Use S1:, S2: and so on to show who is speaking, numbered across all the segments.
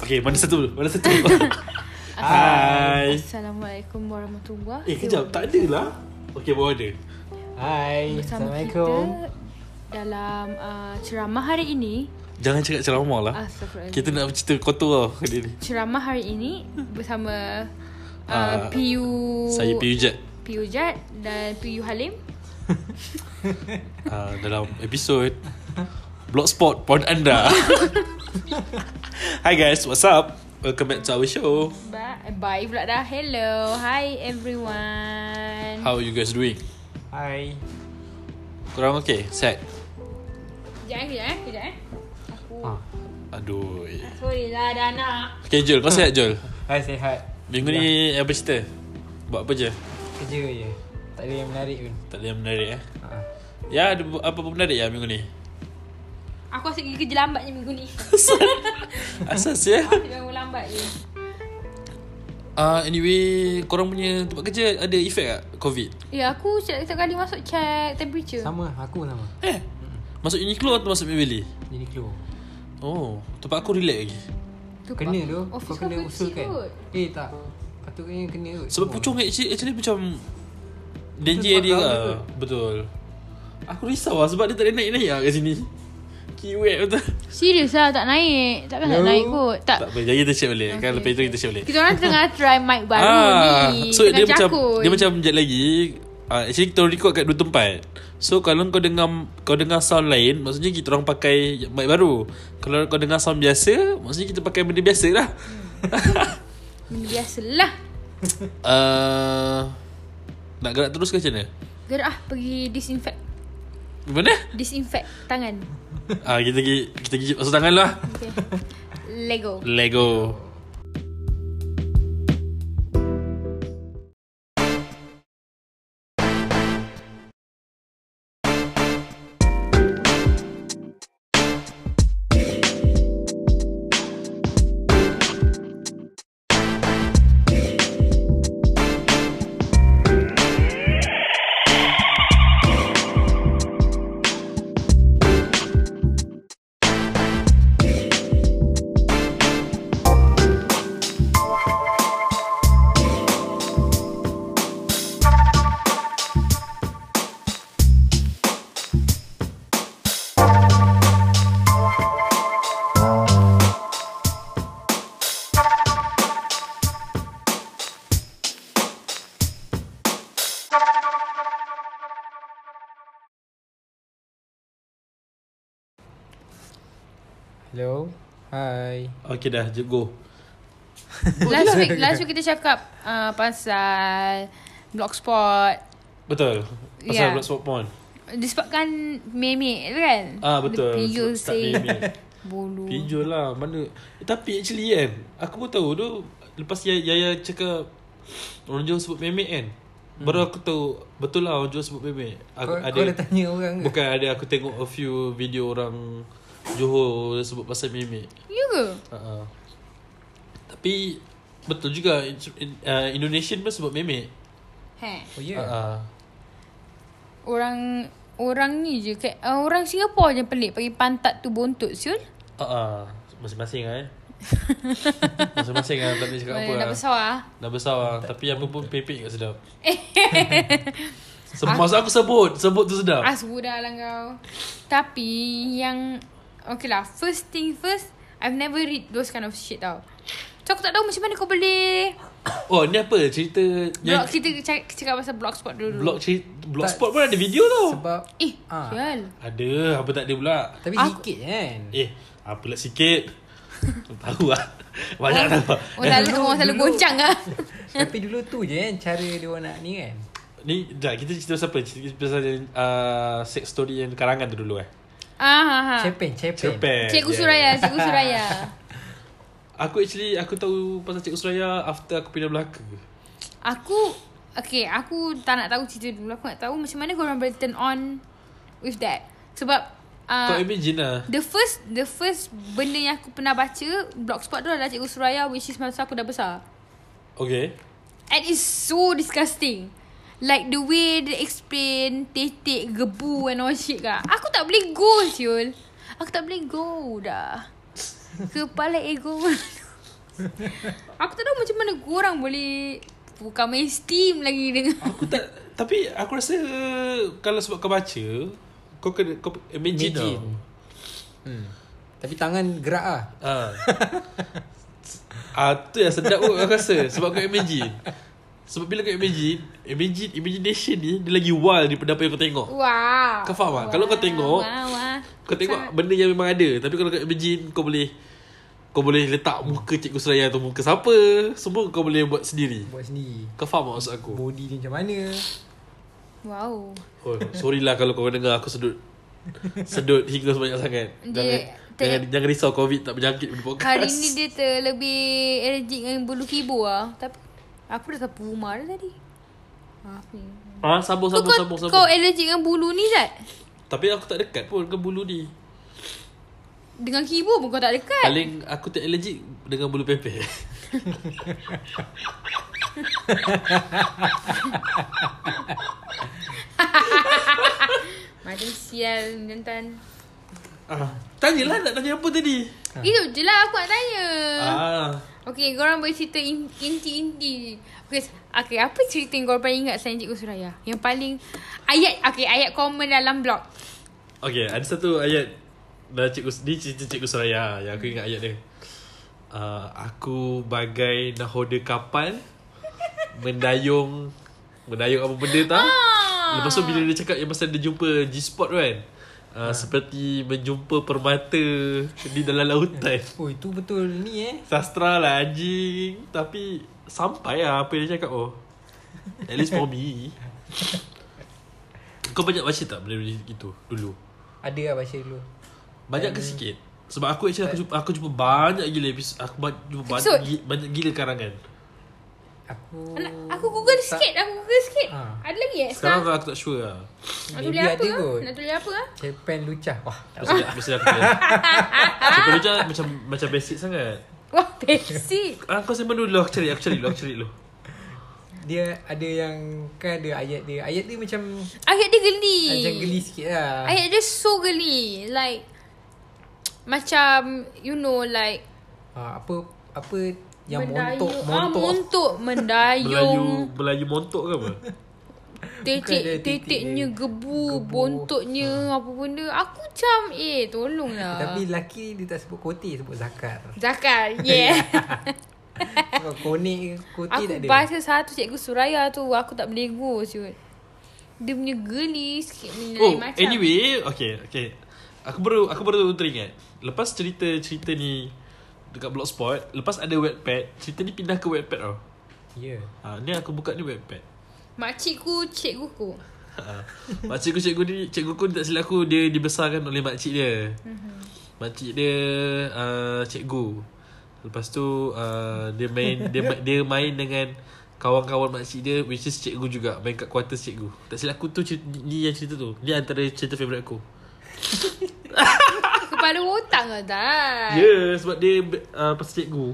S1: Okay mana satu dulu Mana satu Hai
S2: Assalamualaikum warahmatullahi
S1: Eh kejap Tak ada lah Okay baru ada
S3: Hai
S2: Bersama
S3: Assalamualaikum
S2: kita dalam uh, ceramah hari ini
S1: Jangan cakap ceramah
S2: Ah.
S1: lah
S2: Astagfirullahaladzim
S1: Kita nak cerita kotor lah Hari ni
S2: Ceramah hari ini bersama uh,
S1: Ah,
S2: PU Oh.
S1: Saya Piyujat
S2: PU Jad dan PU Halim
S1: uh, Dalam episod Blogspot Pond Anda Hi guys What's up Welcome back to our show
S2: Ba- eh, Bye pula dah Hello Hi everyone
S1: How are you guys doing
S3: Hai
S1: Korang okay Set
S2: Kejap eh kejap eh kejap eh Aku
S3: Ah.
S1: Aduh
S2: Sorry lah dah nak
S1: Okay Jol Kau set Jol
S3: Hai sihat
S1: Minggu ni apa cerita Buat apa je
S3: Kerja je Tak ada yang menarik pun
S1: Tak ada yang menarik eh
S3: ha.
S1: Ya ada bu- apa-apa menarik ya minggu ni
S2: Aku asyik pergi kerja lambat je minggu ni
S1: Asas ya
S2: Asyik bangun lambat je
S1: uh, Anyway Korang punya tempat kerja Ada efek tak COVID
S2: Ya aku setiap setiap kali masuk check temperature
S3: Sama aku sama
S1: Eh Masuk Uniqlo atau masuk Maybelline
S3: Jadi keluar
S1: Oh Tempat aku relax lagi
S2: Tu
S3: Kena
S2: pak-
S3: tu Kau
S2: Office
S3: kena
S2: kau kecil
S3: usulkan
S2: kot.
S3: Eh tak Patutnya kena kot
S1: Sebab
S3: semua.
S1: pucung actually, actually macam Danger
S3: sebab
S1: dia
S3: kau
S1: lah
S3: ada.
S1: Betul Aku risau lah Sebab dia tak ada naik-naik lah kat sini Kiwet betul
S2: Serius lah tak naik Takkan tak
S3: Hello?
S2: naik kot Tak
S1: Tak apa Jadi kita share balik okay. Kan
S2: Okay.
S1: lepas itu kita share balik
S2: Kita orang tengah try mic baru ni
S1: Ah, So dia
S2: Tengah
S1: macam
S2: cakun.
S1: Dia macam jet lagi uh, Actually kita orang record kat dua tempat So kalau kau dengar Kau dengar sound lain Maksudnya kita orang pakai Mic baru Kalau kau dengar sound biasa Maksudnya kita pakai benda biasa lah
S2: Benda Hmm, Biasalah
S1: uh, Nak gerak terus ke macam mana?
S2: Gerak ah pergi disinfect
S1: Gimana?
S2: Disinfect tangan
S1: Ah kita pergi Kita pergi masuk tangan lah
S2: Okay Lego
S1: Lego
S3: Hello Hai
S1: Okay dah je go
S2: Last week Last week kita cakap uh, Pasal Blogspot
S1: Betul
S2: Yeah.
S1: Pasal yeah. Bloodspot Porn
S2: Disebabkan Memek tu kan
S1: Ah betul
S2: Dia Pijul
S1: Sebab tak
S2: sih
S1: memek.
S2: Bolu
S1: Pinjol lah Mana eh, Tapi actually kan Aku pun tahu tu Lepas Yaya, Yaya cakap Orang Johor sebut memek kan hmm. Baru aku tahu Betul lah orang Johor sebut memek aku,
S3: Kau, kau dah tanya orang ke
S1: Bukan ada aku tengok A few video orang Johor dia sebut pasal memek
S2: Ya ke?
S1: uh-uh. Tapi Betul juga in, in, uh, Indonesian pun sebut memek
S2: Heh
S3: Oh ya
S1: yeah. uh-uh.
S2: Orang Orang ni je kayak, uh, Orang Singapore je pelik Panggil pantat tu bontot Siul
S1: Uh-uh. Masing-masing lah eh Masing-masing lah Tak boleh cakap apa lah
S2: Mana Dah besar lah
S1: Dah besar lah Tapi apa pun pepek kat sedap Sebut Maksud aku sebut Sebut tu sedap
S2: Ah sebudak lah kau Tapi Yang Okay lah First thing first I've never read those kind of shit tau So aku tak tahu macam mana kau boleh
S1: Oh ni apa Cerita
S2: Blog
S1: yang
S2: kita cakap, cakap pasal blogspot dulu
S1: Blog cerita Blogspot pun ada video tau
S3: Sebab
S2: Eh
S3: Ah.
S2: Sial
S1: Ada Apa tak ada pula
S3: Tapi
S2: Aku-
S3: sikit kan
S1: Eh Apa lah sikit Tahu lah Banyak
S2: Orang-
S1: tahu Eh,
S2: Orang selalu, orang selalu
S3: Dulu.
S2: goncang lah
S3: Tapi dulu tu je kan Cara dia orang nak ni kan
S1: Ni dah kita cerita pasal apa Cerita pasal uh, Sex story yang karangan tu dulu eh
S2: ah, ha, ha.
S3: Cepen Cepen
S1: Cerpen
S2: Cikgu
S1: Yeah.
S2: Suraya Cikgu Suraya
S1: Aku actually Aku tahu pasal Cikgu Suraya After aku pindah Melaka
S2: Aku Okay aku tak nak tahu cerita dulu Aku nak tahu macam mana korang boleh turn on With that Sebab
S1: Kau
S2: uh,
S1: imagine lah
S2: The first The first Benda yang aku pernah baca Blogspot tu adalah Cikgu Suraya Which is masa aku dah besar
S1: Okay
S2: And it's so disgusting Like the way They explain Tetek Gebu and all shit lah Aku tak boleh go Siul Aku tak boleh go dah Kepala ego Aku tak tahu macam mana korang boleh Bukan main steam lagi dengan
S1: Aku tak Tapi aku rasa Kalau sebab kau baca Kau kena kau Imagine,
S3: Imagine.
S1: imagine.
S3: Hmm. Tapi tangan gerak ah.
S1: Ah. ah tu yang sedap kot aku rasa sebab kau imagine. Sebab bila kau imagine, imagine imagination ni dia lagi wild daripada apa yang kau tengok.
S2: Wow
S1: Kau faham tak?
S2: Wow,
S1: Kalau kau tengok,
S2: wow, wow.
S1: Kau tengok benda yang memang ada, tapi kalau kau imagine kau boleh kau boleh letak muka Cikgu Suraya atau muka siapa, semua kau boleh buat sendiri.
S3: Buat sendiri.
S1: Kau faham tak maksud aku?
S3: Body dia macam mana?
S2: Wow
S1: Oh, sorry lah kalau kau dengar aku sedut sedut hingga sebanyak sangat.
S2: Dia-
S1: Jangan,
S2: ter-
S1: jangan, jangan risau COVID tak berjangkit pada podcast.
S2: Hari ni dia terlebih Allergic dengan bulu kibur lah Tapi Aku dah sapu rumah dah tadi Ah, Apa ni
S1: Ah, sambung,
S2: Kau,
S1: sambung,
S2: kau,
S1: sambung, sambung.
S2: kau allergic dengan bulu ni Zat
S1: Tapi aku tak dekat pun ke bulu ni.
S2: Dengan kibur pun kau tak dekat
S1: Paling aku tak allergic dengan bulu pepek.
S2: Macam sial Jantan
S1: ah, tanyalah nak tanya apa tadi.
S2: Itu je lah aku nak tanya
S1: Ah,
S2: Okay, korang boleh cerita in- inti-inti. Okay, s- okay, apa cerita yang korang paling ingat selain Cikgu Suraya? Yang paling... Ayat, okay, ayat komen dalam blog.
S1: okay, ada satu ayat dari cikgu ni cerita cikgu Suraya yang aku ingat ayat dia. Uh, aku bagai nahoda kapal mendayung mendayung apa benda tak?
S2: Ah.
S1: Lepas tu bila dia cakap yang masa dia jumpa G-spot tu kan. Uh, seperti menjumpa permata di dalam lautan.
S3: Oh itu betul ni eh.
S1: Sastra lah anjing Tapi Sampai lah apa yang dia cakap oh At least for me Kau banyak baca tak benda-benda gitu dulu?
S3: Ada lah baca dulu.
S1: Banyak ke sikit? Sebab aku actually aku jumpa, aku jumpa banyak gila episod Aku ba- jumpa banyak,
S2: Episod?
S1: gila, banyak gila karangan
S3: Aku
S2: Anak, aku google sikit, aku google sikit.
S3: Oh, Ah.
S2: Ada lagi eh?
S1: Sekarang aku tak sure lah
S2: Nak tulis
S3: Maybe
S2: apa?
S3: ada
S2: ah?
S3: kot.
S2: Nak tulis apa? ah?
S3: Cepen lucah. Wah.
S1: Mesti mesti aku tanya Sebab macam, macam, macam basic sangat
S2: Wah, basic.
S1: ah, Kau simpan dulu aku cari Aku cari dulu Aku cari dulu
S3: Dia ada yang kan ada ayat dia. Ayat dia macam
S2: Ayat dia geli.
S3: macam geli sikit lah.
S2: Ayat dia so geli. Like, macam, you know, like,
S3: Ha, apa apa yang
S2: mendayu-
S3: montok
S2: Ah,
S3: montok.
S2: montok. Mendayung.
S1: Melayu Melayu montok ke apa?
S2: Titik
S3: Bukan ada titik
S2: titiknya
S3: dia.
S2: gebu,
S3: Gebu. Hmm.
S2: bontoknya apa benda. Aku macam eh tolonglah.
S3: Tapi lelaki dia tak sebut kote sebut zakar.
S2: Zakar, yeah.
S3: Sebab konek ke kote
S2: aku
S3: Ya, tak ada.
S2: baca satu cikgu Suraya tu aku tak boleh go siut. Dia punya geli sikit benda
S1: Oh,
S2: lain macam.
S1: anyway, okay, okay. Aku baru aku baru teringat. Lepas cerita-cerita ni dekat Blogspot, lepas ada Wattpad, cerita ni pindah ke Wattpad tau.
S3: Ya. Yeah.
S1: Ha, ni aku buka ni Wattpad.
S2: Makcikku, cikguku.
S1: Ha. Makcik ku cikgu ni, cikgu ku ni tak silap aku dia dibesarkan oleh makcik dia. Makcik dia uh, cikgu. Lepas tu uh, dia main dia ma- dia main dengan kawan-kawan makcik dia which is cikgu juga main kat quarters cikgu. Tak silap aku tu cerita, ni yang cerita tu. Ni antara cerita favourite aku.
S2: Kepala otak ke tak?
S1: Ya yeah, sebab dia uh, pasal cikgu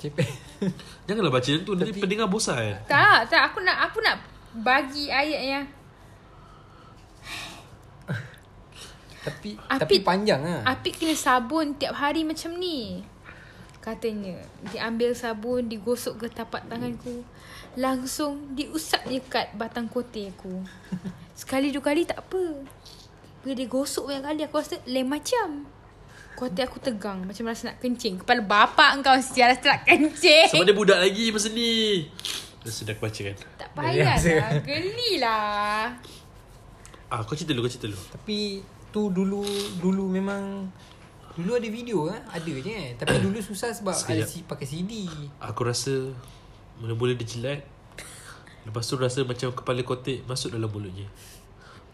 S3: Cepen.
S1: Janganlah baca macam tu Nanti
S3: Tapi-
S1: pendengar bosan
S2: Tak, lah, tak aku nak aku nak bagi ayat yang
S3: tapi
S2: Api-
S3: tapi panjang ah.
S2: Apik kena sabun tiap hari macam ni. Katanya, diambil sabun, digosok ke tapak tanganku. Langsung diusapnya kat batang kote aku. Sekali dua kali tak apa. Bila dia gosok banyak kali, aku rasa lain macam. Kote aku tegang, macam rasa nak kencing. Kepala bapak kau sial rasa nak
S1: Sebab
S2: kencing.
S1: dia budak lagi masa ni Dah sudah aku baca kan
S2: Tak
S3: Dia
S2: payahlah,
S3: rasa-
S2: gelilah.
S1: Ah, Kau cerita dulu Kau cerita dulu
S3: Tapi tu dulu dulu memang dulu ada video ah, ada je kan. Tapi dulu susah sebab ada
S1: Sekejap.
S3: si pakai CD.
S1: Aku rasa Mula-mula dia jilat Lepas tu rasa macam kepala kotek Masuk dalam mulutnya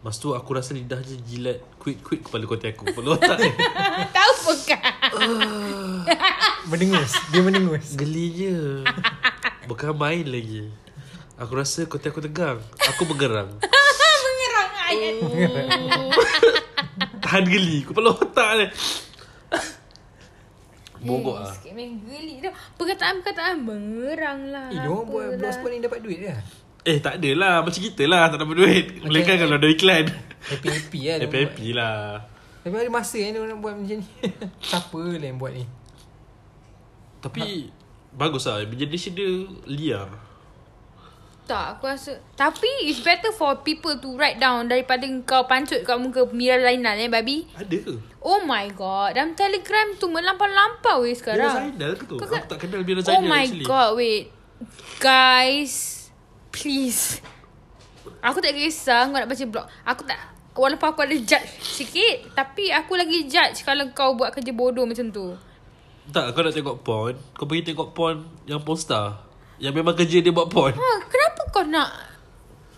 S1: Lepas tu aku rasa lidahnya jilat Kuit-kuit kepala kotek aku Kepala otak dia
S2: Tahu pun kan?
S3: Mendengus, dia mendengus.
S1: Gelinya Bukan main lagi Aku rasa kotek aku tegang Aku bergerang
S2: Mengerang ayat.
S1: Tahan geli Kepala otak dia Bogok
S2: Eh,
S1: lah
S2: Sikit main geli tu. Perkataan-perkataan mengerang lah.
S3: Eh, dia orang buat
S2: apalah.
S3: blog spot ni dapat duit ke?
S1: Eh tak adalah Macam kita lah Tak dapat duit Boleh kan kalau ada iklan
S3: Happy-happy lah dia orang buat.
S1: Happy-happy lah
S3: Tapi ada masa kan dia orang buat macam ni Siapa lah yang buat ni
S1: Tapi Bagus lah Imagination dia Liar
S2: Tak, aku rasa. Tapi it's better for people to write down daripada kau pancut kat muka Mira Zainal eh, babi.
S1: Ada ke?
S2: Oh my god. Dalam telegram tu melampau-lampau weh
S1: Bira
S2: sekarang.
S1: Zainal ke tu?
S2: lah. Kau-
S1: Aku tak kenal Bira
S2: Oh
S1: Zainal
S2: my
S1: actually
S2: god, wait. Guys, please. Aku tak kisah kau nak baca blog. Aku tak walaupun aku ada judge sikit, tapi aku lagi judge kalau kau buat kerja bodoh macam tu.
S1: Tak kau nak tengok porn Kau pergi tengok porn Yang poster Yang memang kerja dia buat porn
S2: Ha, kenapa kau nak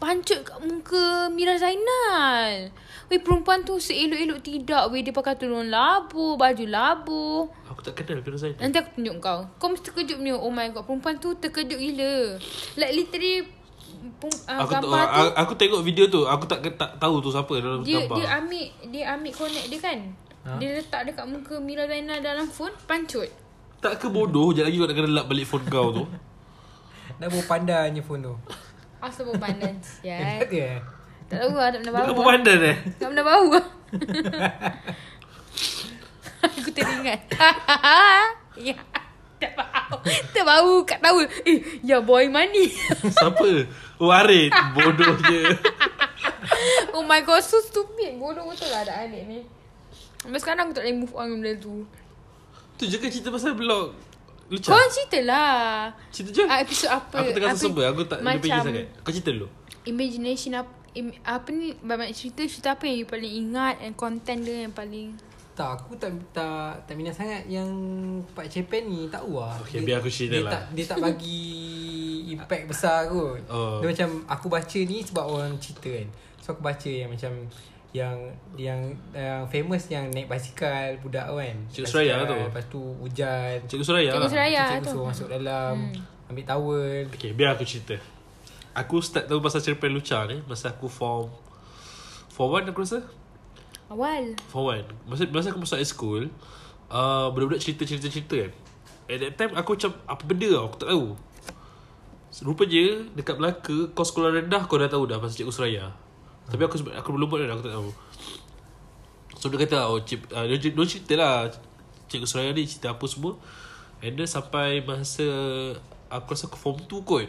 S2: pancut kat muka Mira Zainal? Weh, perempuan tu seelok-elok tidak. Weh, dia pakai tudung labu, baju labu.
S1: Aku tak kenal Bira Zainal
S2: Nanti aku tunjuk kau. Kau mesti terkejut punya. Oh my god, perempuan tu terkejut gila. Like literally, pem- uh,
S1: Aku, tu,
S2: gambar tu,
S1: aku, aku tengok video tu Aku tak, tak tahu tu siapa dalam
S2: dia,
S1: gambar
S2: dia ambil dia ambil connect dia kan. Ha? Dia letak dekat muka Mira Zainal dalam phone, pancut.
S1: Tak ke bodoh Sekejap lagi kau nak kena lap balik phone kau tu
S3: Dah bawa pandainya phone tu.
S2: Asal berpandan.
S3: Eh,
S2: Sial.
S3: tak ada eh?
S2: Tak tahu lah, tak pernah
S1: Bukan
S2: bau. lah.
S1: pemandan eh
S2: Tak pernah bau ke? Aku teringat. ya. Tak bau. Tak bau kat tahu. Eh, ya boy mani.
S1: Siapa? Oh, Warid Bodohnya
S2: oh my god, so stupid. Bodoh betul lah ada adik ni. Sampai sekarang aku tak boleh move on dengan benda tu.
S1: Tu je kan cerita pasal blog Lu
S2: Kau
S1: cak
S2: orang cerita lah.
S1: Cerita je
S2: Ah, episod apa?
S1: Aku tengah
S2: apa-
S1: sesumber Aku tak lebih je sangat Kau cerita dulu
S2: Imagination apa, im, apa ni banyak cerita cerita apa yang you paling ingat and content dia yang paling
S3: Tak, aku tak tak tak minat sangat yang Pak Cepen ni. Tak tahu lah.
S1: Okay, biar aku cerita
S3: dia
S1: lah.
S3: Tak, dia tak bagi impact besar kot.
S1: Oh.
S3: Dia macam, aku baca ni sebab orang cerita kan. So, aku baca yang macam yang yang yang famous yang naik basikal budak tu kan.
S1: Cik
S3: Basikal,
S1: Suraya lah tu.
S3: Lepas tu hujan.
S1: Cikgu Suraya
S2: Cikgu
S1: lah
S2: Suraya. Ya, tu.
S3: Cikgu
S2: Hmm.
S3: suruh masuk dalam. Ambil towel.
S1: Okay biar aku cerita Aku start tahu pasal cerpen Lucha ni Masa aku form Form 1 aku rasa
S2: awal.
S1: Form 1 Masa, masa aku masuk high school uh, Budak-budak cerita-cerita-cerita kan At that time aku macam Apa benda tau Aku tak tahu Rupanya Dekat Melaka Kau sekolah rendah Kau dah tahu dah Pasal Cikgu Suraya Tapi aku sebe- aku belum buat dah Aku tak tahu So dia kata oh, cip, uh, dia, dia cerita lah Cikgu Suraya ni cerita apa semua And then sampai masa Aku rasa aku form 2 kot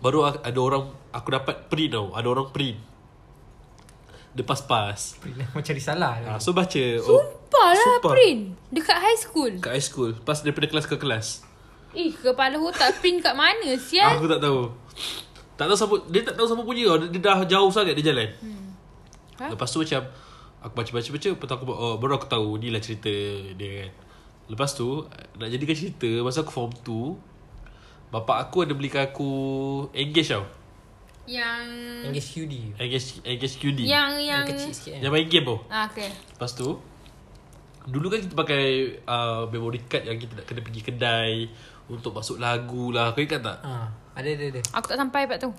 S1: Baru a- ada orang Aku dapat print tau Ada orang print Dia pas-pas
S3: Macam risalah.
S1: Ah, so
S3: tu.
S1: baca
S2: Sumpah lah
S1: Sumpah.
S2: print. Dekat high school.
S1: kat high school Pas daripada kelas ke kelas
S2: Eh, kepala otak print kat mana?
S1: yeah.
S2: Sial.
S1: Aku tak tahu Tak tahu siapa Dia tak tahu siapa punya tau. Dia, dia dah jauh sangat dia jalan hmm.
S2: Ha?
S1: Lepas tu macam Aku baca-baca-baca Lepas tu aku oh, Baru aku tahu Ni lah cerita dia kan Lepas tu Nak jadikan cerita Masa aku form 2 Bapak aku ada belikan aku Engage tau
S2: Yang
S3: Engage QD.
S1: Engage, engage QD
S2: yang yang
S3: Yang kecil sikit kan.
S1: Yang main game tau
S2: ah okay.
S1: Lepas tu Dulu kan kita pakai uh, Memory card yang kita nak kena pergi kedai Untuk masuk lagu lah Kau ingat tak?
S3: Ah, ada ada ada.
S2: Aku tak sampai part tu.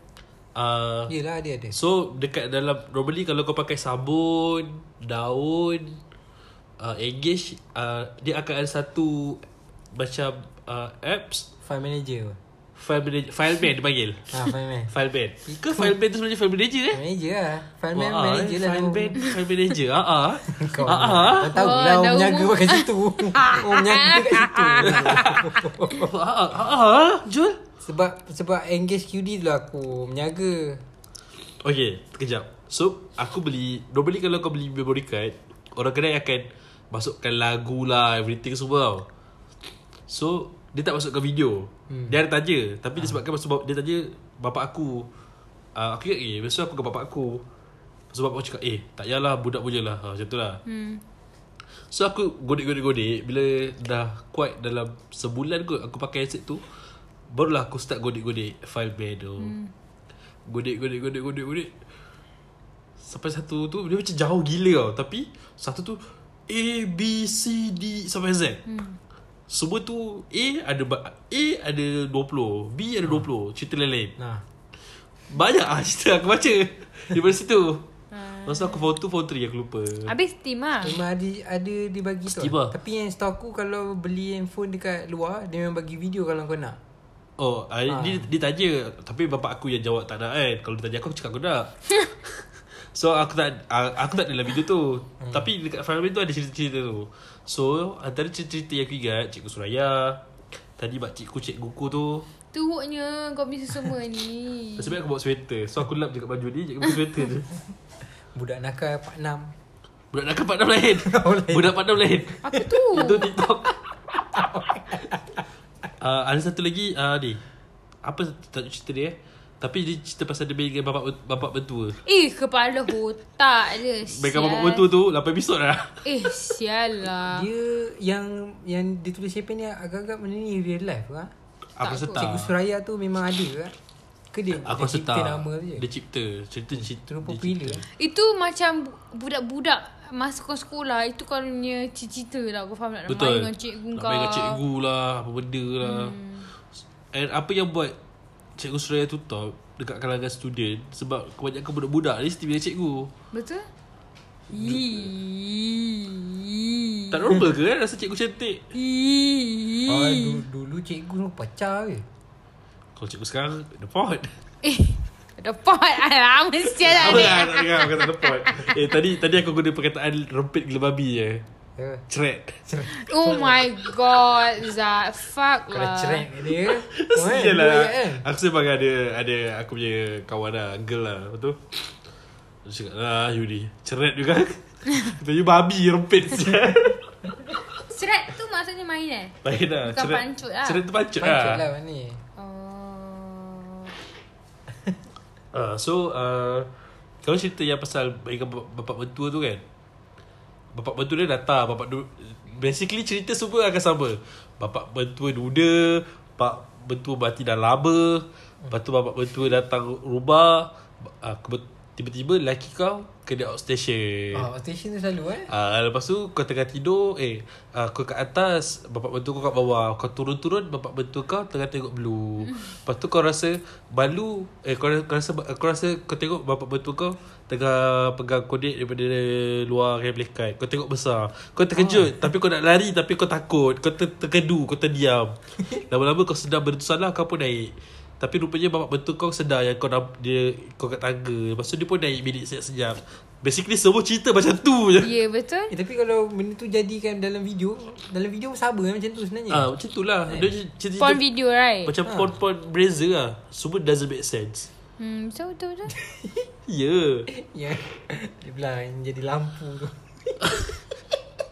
S1: Uh,
S3: Yelah ada ada.
S1: So dekat dalam Normally kalau kau pakai sabun Daun uh, Engage uh, Dia akan ada satu Macam uh, Apps
S3: File manager.
S1: File manager File man dia panggil
S3: Ha, file man.
S1: File man Ke file man tu sebenarnya file manager eh
S3: File manager lah. File man
S1: Wah, ah,
S3: manager lah.
S1: File
S3: tu.
S1: man File manager Ah ah.
S3: Kau
S1: Ah ah.
S3: Kau tahu lah
S2: Oh, dah
S3: orang menyaga
S2: umur.
S3: pakai situ Orang menyaga kat situ
S1: Ah ah. Ah ah. Jul
S3: Sebab Sebab engage QD tu lah aku Menyaga
S1: Okay Kejap So aku beli Normally kalau kau beli memory card Orang kedai akan Masukkan lagu lah Everything semua tau So Dia tak masukkan video hmm. Dia ada tanya Tapi ha. disebabkan masa bap- Dia tanya Bapak aku uh, Aku ingat eh Besok aku ke bapak aku So bapak aku cakap Eh tak payahlah Budak punya lah ha, Macam tu lah
S2: Hmm.
S1: So aku godek-godek-godek Bila dah kuat dalam sebulan kot Aku pakai headset tu Barulah aku start godek-godek file man tu hmm. Godek-godek-godek-godek-godek Sampai satu tu Dia macam jauh gila tau Tapi Satu tu A, B, C, D Sampai Z hmm. Semua tu A ada ba- A ada 20 B ada 20 Cerita lain-lain
S3: Nah
S1: Banyak lah cerita aku baca Daripada situ Masa aku form 2, form 3 aku lupa
S2: Habis steam ah.
S3: Memang ada, ada dia bagi tu
S1: Steamer.
S3: Tapi yang setahu aku Kalau beli handphone dekat luar Dia memang bagi video kalau kau nak
S1: Oh, ha. dia, dia tanya Tapi bapak aku yang jawab tak nak kan Kalau dia tanya aku, aku cakap aku nak So aku tak ah, aku tak dalam video tu hmm. Tapi dekat Farmin tu ada cerita-cerita tu So antara cerita-cerita yang aku ingat Cikgu Suraya Tadi makcikku cikgu ku tu
S2: Hmm. Teruknya kau punya semua ni.
S1: Nasib baik aku bawa sweater So aku lap je kat baju ni Cikgu pakai sweater je
S3: Budak nakal 46
S1: Budak nakal pandam lain
S3: Oh, lain.
S1: Budak pandam lain
S2: Apa tu?
S1: Itu TikTok uh, Ada satu lagi uh, ni Apa tajuk cerita dia eh Tapi dia cerita pasal dia main dengan bapak, bapak mentua
S2: Eh, kepala otak dia.
S1: Main dengan
S2: sial.
S1: bapak mentua tu 8 episod lah
S2: Eh, sial lah.
S3: Dia yang yang dia tulis cerpen ni agak-agak benda ni real life ke? Ha?
S1: Aku rasa
S2: kot.
S1: tak
S3: Cikgu Suraya tu memang ada ke? Ke dia
S1: Ah. Aku rasa
S3: cipta
S1: tak
S3: nama tu je?
S1: Dia cipta Cerita cerita
S3: Terlupa
S1: dia
S3: pilih
S1: cipta.
S2: Itu macam bu- budak-budak masuk sekolah. Itu kau punya cita-cita lah. Kau faham tak? Nak
S1: Betul
S2: main dengan cikgu
S1: Nak
S2: kau.
S1: main dengan cikgu lah Apa benda lah hmm. And apa yang buat Cikgu Suraya tu top Dekat kalangan student Sebab kebanyakan budak-budak Dia still bila cikgu
S2: Betul? Ii.
S1: Tak normal ke kan Rasa cikgu cantik
S2: Ii.
S3: Ah, dulu, dulu cikgu tu pacar ke?
S1: Kalau cikgu sekarang The pot
S2: Eh, ada pot. Lama sial lah
S1: Apa
S2: ni.
S1: lah nak dengar perkataan the pot Eh tadi tadi aku guna perkataan Rempit gila babi je
S3: Ya.
S1: Cret
S2: Oh my god, Zat. Fuck
S3: Kalau
S2: lah.
S3: cerek dia orang
S1: Sial
S3: boleh
S1: lah
S3: kan?
S1: Aku sebab ada Ada aku punya kawan lah Girl lah Lepas tu Dia cakap lah Yudi Ceret juga Kata you babi Rempit sial."
S2: Seret tu maksudnya main eh?
S1: Lain lah
S2: Bukan pancut lah.
S1: Ceret tu pancut,
S3: Pancut
S1: lah,
S3: lah ni
S2: Oh.
S1: Ah, So uh, Kau cerita yang pasal Berikan bap- bapak mentua tu kan Bapak mentua dia datang Bapak du- Basically cerita semua akan sama Bapak mentua duda Bapak mentua mati dah lama Lepas tu bapak mentua datang rumah uh, Tiba-tiba lelaki kau Kena outstation
S3: Ah, station tu selalu eh
S1: Ah, lepas tu kau tengah tidur Eh ah, kau kat atas Bapak mentua kau kat bawah Kau turun-turun Bapak mentua kau tengah tengok blue Lepas tu kau rasa Balu Eh kau, kau rasa Kau rasa kau tengok Bapak mentua kau Tengah pegang kodik Daripada luar Rebel card Kau tengok besar Kau terkejut Tapi kau nak lari Tapi kau takut Kau ter, terkedu Kau terdiam Lama-lama kau sedar benda tu salah Kau pun naik tapi rupanya bapak mentua kau sedar yang kau nak, dia kau kat tangga. Lepas tu dia pun naik bilik sekejap. Basically semua cerita macam tu je.
S2: Ya, yeah, betul?
S3: Eh, tapi kalau benda tu jadikan dalam video Dalam video pun sama macam tu sebenarnya
S1: Ah macam tu lah. Dia cerita
S2: Porn video, right?
S1: macam porn-porn brazer lah. Semua doesn't make sense.
S2: Hmm, betul, betul, betul.
S1: Ya. Yeah.
S3: Ya Dia bilang yang jadi lampu tu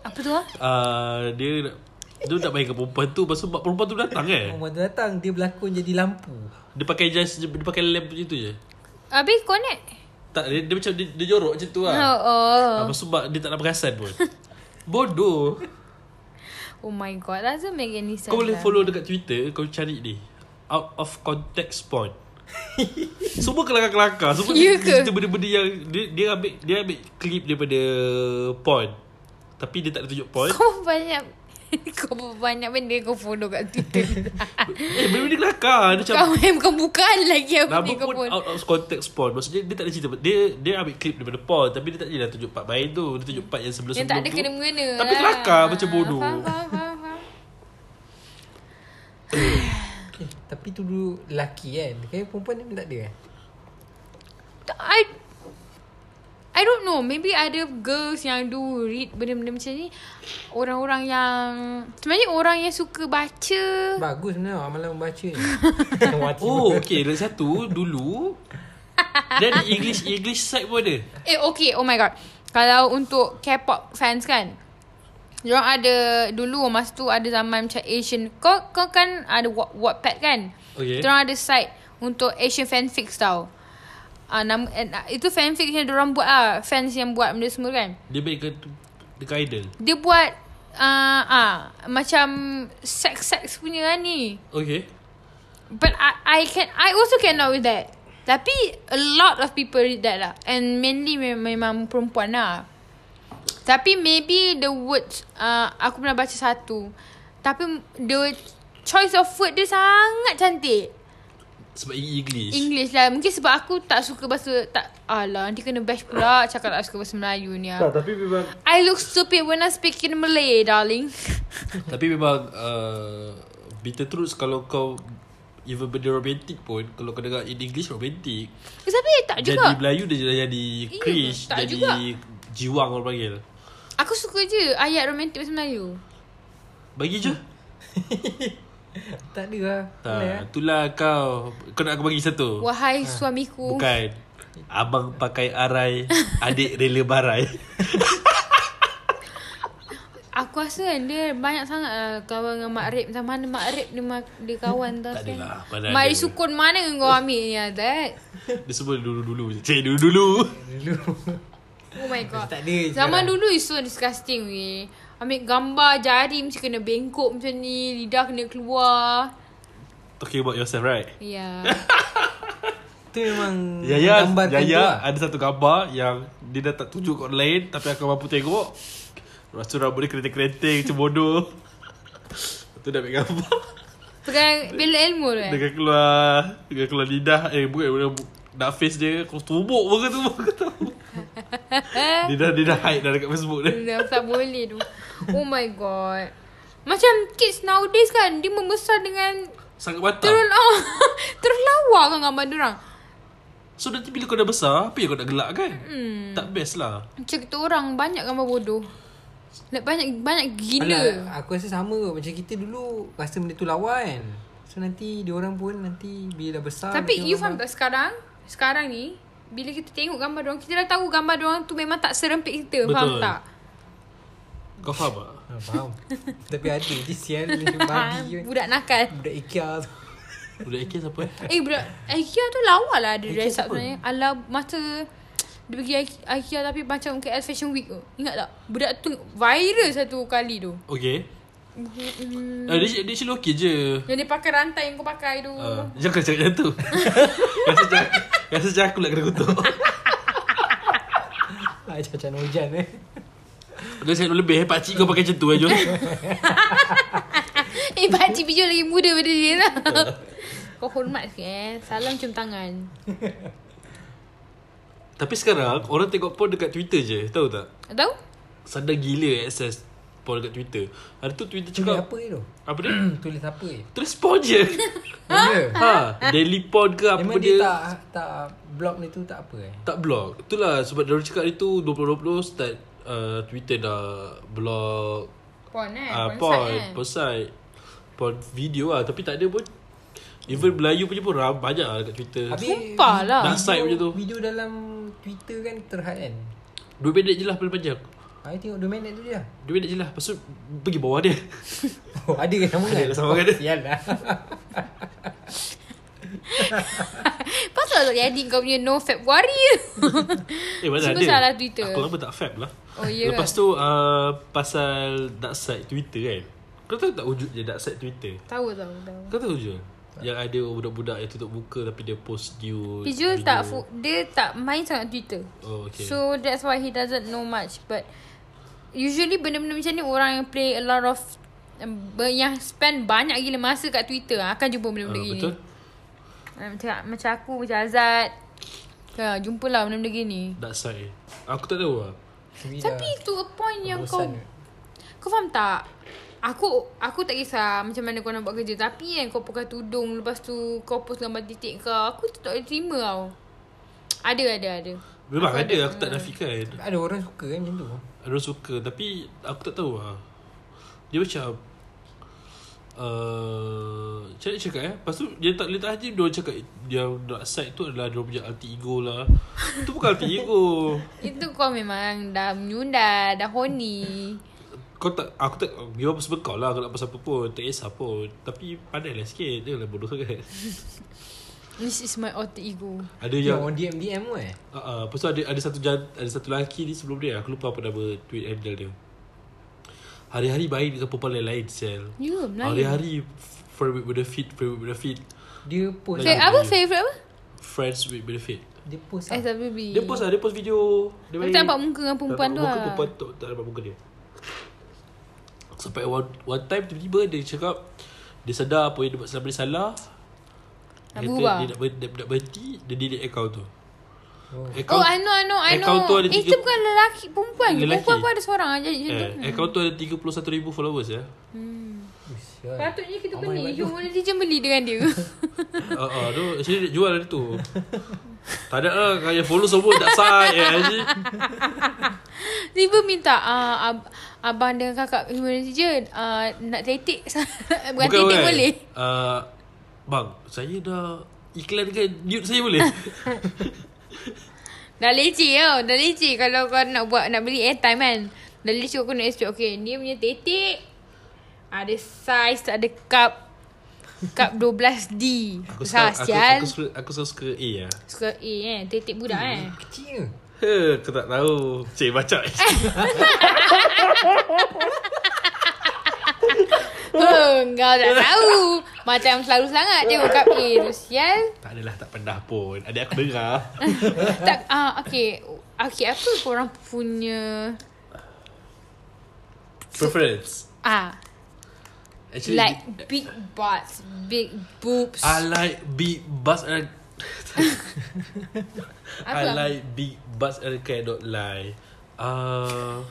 S2: Apa tu lah?
S1: Uh, dia nak dia nak main dengan perempuan tu Lepas tu mak perempuan tu datang kan
S3: Orang tu datang Dia berlakon jadi lampu
S1: Dia pakai jas Dia pakai lem macam tu je
S2: Habis connect?
S1: Tak dia, dia macam Dia, dia jorok macam tu lah
S2: Oh, oh.
S1: Ah, Lepas tu mak dia tak nak perasan pun Bodoh
S2: Oh my god, doesn't make any sense.
S1: Kau boleh
S2: lah.
S1: follow dekat Twitter Kau cari ni Out of context porn Semua kelakar-kelakar Semua dia,
S2: Ya ke?
S1: dia benda-benda yang dia, dia ambil dia ambil clip daripada porn Tapi dia tak ada tunjuk porn
S2: Kau banyak... Kau banyak benda kau follow kat Twitter.
S1: Eh benda-benda kelakar Dia macam
S2: kau main bukan-bukan lagi apa
S1: Nama
S2: ni kau
S1: pun
S2: pun.
S1: out of context porn Maksudnya dia tak ada cerita Dia dia ambil clip daripada porn Tapi dia tak jelah tunjuk part main tu Dia tunjuk part yang
S2: Yang
S1: sebelum-sebelum
S2: tak ada
S1: tu
S2: kena-mengena
S1: Tapi
S2: lah.
S1: kelakar macam bodoh
S2: Faham, faham, faham, faham.
S3: eh, Tapi tu dulu lelaki kan Kayaknya perempuan ni pun tak ada kan
S2: I I don't know Maybe ada girls yang do read Benda-benda macam ni Orang-orang yang Sebenarnya orang yang suka baca
S3: Bagus sebenarnya amalan membaca ni Wati
S1: Oh okay Lagi satu Dulu Dan di English English side pun ada
S2: Eh okay Oh my god Kalau untuk K-pop fans kan Diorang ada Dulu masa tu ada zaman macam Asian Kau, kau kan ada Wa- Wattpad kan
S1: Okay.
S2: Diorang ada site Untuk Asian fanfics tau Ah, nama, eh, ah, itu fanfic yang diorang buat lah Fans yang buat benda semua kan
S1: Dia baik ke Dekat idol
S2: Dia buat uh, uh, Macam Sex-sex punya lah ni
S1: Okay
S2: But I, I can I also cannot with that Tapi A lot of people read that lah And mainly me- memang perempuan lah Tapi maybe the words uh, Aku pernah baca satu Tapi The choice of word dia sangat cantik
S1: Sebab ini English
S2: English lah Mungkin sebab aku tak suka bahasa tak Alah nanti kena bash pula Cakap tak suka bahasa Melayu ni lah
S1: tapi memang
S2: I look stupid when I speak in Malay darling
S1: Tapi memang uh, Bitter truth Kalau kau Even benda romantik pun Kalau kau dengar in English romantik
S2: Tapi tak
S1: Jadi
S2: juga
S1: Melayu dia jadi, jadi cringe
S2: tak
S1: Jadi
S2: juga.
S1: jiwang orang panggil
S2: Hmm. Aku suka je ayat romantik bahasa Melayu.
S1: Bagi je
S3: Tak ada lah
S1: Ha,
S2: eh?
S3: Boleh lah
S1: itulah kau. Kau nak aku bagi satu?
S2: Wahai
S1: Ah.
S2: suamiku.
S1: Bukan. Abang pakai arai, adik rela barai.
S2: Aku rasa kan dia banyak sangat lah kawan dengan Mak Rip. Macam mana Mak Rip dia, ma- dia kawan tau.
S1: Tak
S2: sekarang.
S1: adalah, mana
S2: Mak
S1: ada.
S2: Rip sukun mana kau ambil ni Azad?
S1: Dia semua dulu-dulu. je. Cik, dulu-dulu.
S3: Dulu
S2: Oh my god.
S3: Tak ada je
S2: Zaman
S3: lah.
S2: dulu is so disgusting weh. Ambil gambar jari mesti kena bengkok macam ni. Lidah kena keluar.
S1: Talking about yourself, right?
S2: Ya.
S3: Tu memang
S1: Yaya,
S3: menggambarkan tu lah.
S1: Yaya ya, ada satu gambar yang dia dah tak tunjuk kat orang lain tapi aku mampu tengok. Lepas tu rambut dia kerenting-kerenting macam bodoh. Lepas tu dah ambil gambar.
S3: Eh.
S2: Pegang bela ilmu tu eh.
S1: Dengan keluar, dengan keluar lidah, eh bukan, bukan dark face dia, kau tubuk pun kau tubuk kau
S3: Eh.
S1: tahu.
S2: eh?
S1: dia dah, dia dah hide dah dekat Facebook dia.
S2: Dah tak boleh tu. Oh my god. Macam kids nowadays kan dia membesar dengan
S1: Sangat batal.
S2: terus ah, terus lawa kan gambar dia orang.
S1: So nanti bila kau dah besar, apa yang kau nak gelak kan? Hmm. Tak best lah.
S2: Macam kita orang banyak gambar bodoh. Like banyak banyak gila.
S3: Alah, aku rasa sama kot. Macam kita dulu rasa benda tu lawa kan. So nanti diorang pun nanti bila dah besar.
S2: Tapi
S3: nanti
S2: you faham
S3: orang-
S2: tak sekarang? Sekarang ni bila kita tengok gambar dia orang, kita dah tahu gambar dia orang tu memang tak serempit kita. Betul. Faham
S1: Betul.
S2: tak?
S1: Kau faham tak?
S3: Ha, faham. Tapi ada je sial macam babi kan.
S2: Ha, Budak nakal.
S3: Budak Ikea tu.
S1: Budak AK siapa eh?
S2: Eh budak IKEA tu lawa lah dia
S1: IKEA
S2: dress up
S1: siapa?
S2: sebenarnya. Ala masa dia pergi I- IKEA tapi macam KL Fashion Week tu. Ingat tak? Budak tu viral satu kali tu.
S1: Okay.
S3: Mm-hmm.
S1: Hmm. Uh, dia, dia actually okay je.
S2: Yang dia pakai rantai yang kau pakai tu.
S1: Uh, jangan cakap macam tu. rasa macam, rasa macam aku nak kena kutuk.
S3: Ha, macam hujan eh.
S1: Dia cakap lebih eh, pakcik kau pakai macam tu eh, Jom.
S2: Eh pakcik Pijo lagi muda daripada dia lah.
S1: Ya.
S2: kau hormat sikit eh. Salam cium tangan.
S1: Tapi sekarang, orang tengok porn dekat Twitter je. Tahu tak?
S2: Tahu?
S1: Sadar gila access porn dekat Twitter. Hari tu Twitter
S3: Tulis
S1: cakap,
S3: apa je tu? Hmm,
S1: apa dia?
S3: Tulis apa je?
S1: Tulis porn je.
S3: Benda.
S1: ha, daily porn ke apa
S3: Memang
S1: benda.
S3: dia tak tak blog ni tu tak apa eh.
S1: Tak blog Itulah sebab dia orang cakap hari tu 2020 start uh, Twitter dah blog
S2: Porn eh.
S1: uh,
S2: porn
S1: Porn
S2: site, eh.
S1: Porn site Porn video lah Tapi tak ada pun Even Melayu punya pun ram- Banyak lah dekat Twitter
S2: Sumpah lah.
S1: Dah side macam tu
S3: Video dalam Twitter kan terhad kan.
S1: Dua minit je lah paling panjang
S3: Aku tengok 2 minit tu je. lah.
S1: Dua minit je lah Lepas tu pergi bawah dia
S3: Oh, ada ke sama
S1: Ada lah sama kan?
S3: Sial lah.
S2: Pasal tak jadi kau punya no fab warrior.
S1: Eh mana
S2: Semua
S1: ada
S2: salah Twitter.
S1: Aku lama tak fab lah
S2: Oh, ya ke?
S1: Lepas tu uh, Pasal dark side Twitter kan Kau tahu tak wujud je dark side Twitter
S2: tahu tahu tahu.
S1: Kau tahu je Yang ada budak-budak yang tutup muka Tapi dia post nude video.
S2: Pijul tak fu- dia tak main sangat Twitter.
S1: Oh okay so,
S2: So that's why he doesn't know much but usually benda-benda macam ni orang yang play a lot of um, ber- yang spend banyak gila masa kat Twitter akan jumpa benda-benda
S1: Ah,
S2: gini.
S1: betul.
S2: Ah, Macam macam aku macam Azad. Ha, jumpalah benda-benda gini.
S1: Dark side Aku tak tahu lah
S2: Tapi to a point yang kau
S3: bosan.
S2: Kau faham tak? Aku aku tak kisah macam mana kau nak buat kerja Tapi kan kau pakai tudung Lepas tu kau post gambar titik kau Aku tu tak boleh terima tau Ada ada ada Hmm.
S1: Memang ada Aku tak nafikan
S3: Ada orang suka kan macam tu.
S1: Ada orang suka Tapi Aku tak tahu lah Dia macam Uh, macam mana cakap eh Lepas tu Dia tak boleh tahan je Dia orang cakap Dia dark side tu adalah Dia orang punya alter ego lah Itu bukan alter ego
S2: Itu kau memang dah menyundar Dah horny
S1: Kau tak Aku tak Dia apa sebab kau lah Kau nak pasal apa pun Tak kisah pun Tapi pandai lah sikit Dia lah bodoh sangat
S2: This is my alter ego
S1: Ada
S3: Yang
S1: yang
S3: orang DM DM tu eh.
S1: Uh, uh, lepas tu ada ada satu jan, ada satu lelaki ni sebelum dia aku lupa apa nama tweet handle dia. Hari-hari baik dengan perempuan lain-lain sel.
S2: Ya Melayu
S1: Hari-hari f- friend with benefit, friend with benefit,
S3: Dia post
S2: Fa-
S1: Melayu.
S2: Apa favourite apa?
S1: friends with benefit.
S3: dia post lah.
S2: SWB
S1: Dia post lah, dia post video. Dia
S2: Aku
S1: baik.
S2: tak nampak muka dengan perempuan
S1: Tak nampak
S2: tu lah
S1: Muka perempuan tu tak dapat muka dia. Sampai one, one time tiba-tiba dia cakap dia sadar apa yang dia buat selama ni salah. Dia
S2: Nak
S1: kata
S2: berubah.
S1: Dia nak, ber, dia nak berhenti, dia delete account eh, tu.
S3: Oh.
S2: Oh, I know, I know, I know.
S1: account tu ada
S2: Eh,
S1: tiga-
S2: itu bukan lelaki, perempuan. ke?
S1: Lelaki.
S2: Perempuan pun ada seorang aja.
S1: Eh, account tu ada 31,000 followers ya.
S2: Eh,
S3: Usial.
S2: Patutnya kita
S1: Oh
S3: Ramai
S2: beli.
S3: banget
S2: You boleh dia beli dengan dia.
S1: Ah, ah, tu actually dia jual hari tu. tak ada lah kaya follow semua tak sah eh actually.
S2: Tiba minta uh, ab- abang dengan kakak human je uh, nak tetik. Bukan, Bukan tetik boleh.
S1: Uh, kan? bang, saya dah iklankan nude saya boleh.
S2: Dah leceh tau. Dah leceh kalau kau nak buat nak beli airtime kan. Dah leceh kau nak expect. Okay, dia punya tetik. Ada saiz, ada cup. Cup 12D.
S1: aku
S2: Besar
S1: suka aku, aku,
S2: sial.
S1: suka aku suka suka Hmm. A lah.
S2: Suka A kan. Tetik budak kan.
S3: Kecil ke?
S1: He, aku tak tahu. Cik baca.
S2: Oh, kau tak tahu. Macam selalu sangat dia cup A tu sial.
S1: tak adalah tak pendah pun. Adik aku dengar.
S2: Tak, ah, okay. Okay, apa korang punya...
S1: Preference.
S2: Ah,
S1: Actually
S2: like big butts, big boobs.
S1: I like big bus and I
S2: Apa?
S1: like big bus and I don't lie. Uh,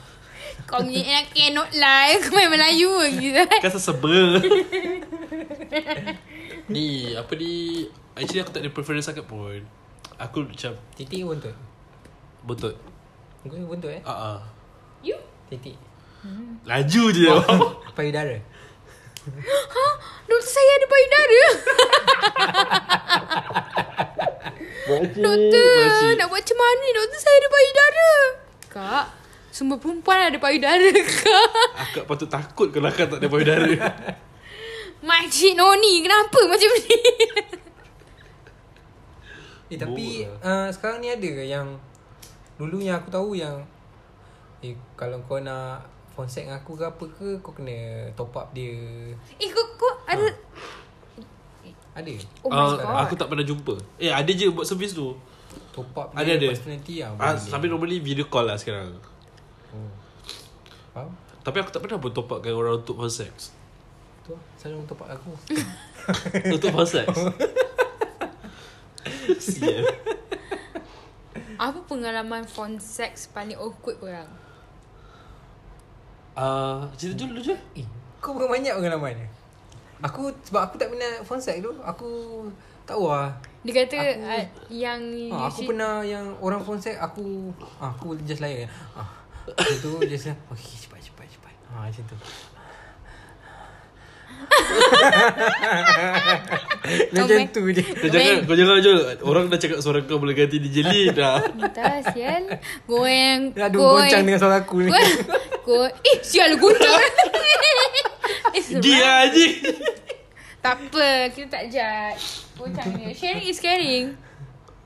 S2: Kau punya anak cannot lie. Kau main Melayu ke gitu kan?
S1: Kan seseba Ni Apa ni Actually aku tak ada preference sangat pun Aku macam
S3: Titik ke buntut?
S1: Buntut
S3: Kau ni buntut eh?
S1: Ah uh-uh.
S2: You?
S3: Titik.
S1: Laju je oh.
S3: Payudara.
S2: Doktor saya ada payudara.
S3: Oh,
S2: doktor, nak buat macam mana ni? Doktor saya ada payudara. Kak, semua perempuan ada payudara kak.
S1: Akak patut takut Kalau akak tak ada payudara
S2: Makcik Noni, kenapa macam ni?
S3: Eh tapi
S1: Bola.
S3: uh, sekarang ni ada ke yang dulu yang aku tahu yang eh kalau kau nak fonsek dengan aku ke apa ke kau kena top up dia.
S2: eh, kau, kau ada...
S3: Ah. Ada.
S2: Oh my
S3: Uh,
S1: Ah,
S2: god.
S1: Aku tak pernah jumpa Eh ada je buat servis tu
S3: Top up
S1: Ada, ada.
S3: lepas tu nanti ah.
S1: ah, Sampai normally video call lah sekarang
S3: Oh. Faham?
S1: Tapi aku tak pernah pun top upkan orang untuk phone sex
S3: Tu lah, selalu top up aku.
S1: Untuk phone sex Sial
S2: Apa pengalaman phone sex paling awkward korang?
S1: Ah, Cerita dulu je
S3: eh, kau bukan banyak pengalaman ni. Aku sebab aku tak minat fonsek tu, aku tahu lah
S2: Dia kata aku, uh, yang
S3: Ah, aku
S2: you-
S3: pernah yang orang fonsek aku ah, aku just layan. Ah. Macam tu just okey cepat cepat cepat. Ha ah, macam tu. macam
S2: Comment.
S3: tu je.
S1: Kau jangan, kau jangan Jol Orang dah cakap suara kau boleh ganti di jeli dah
S2: Entah sial Goyang
S3: Dia aduh goncang dengan suara aku ni.
S2: Goyang Goyang Eh sial goncang Eh, seram.
S1: Dia aja
S2: Tak apa Kita tak judge Goncang dia Sharing is caring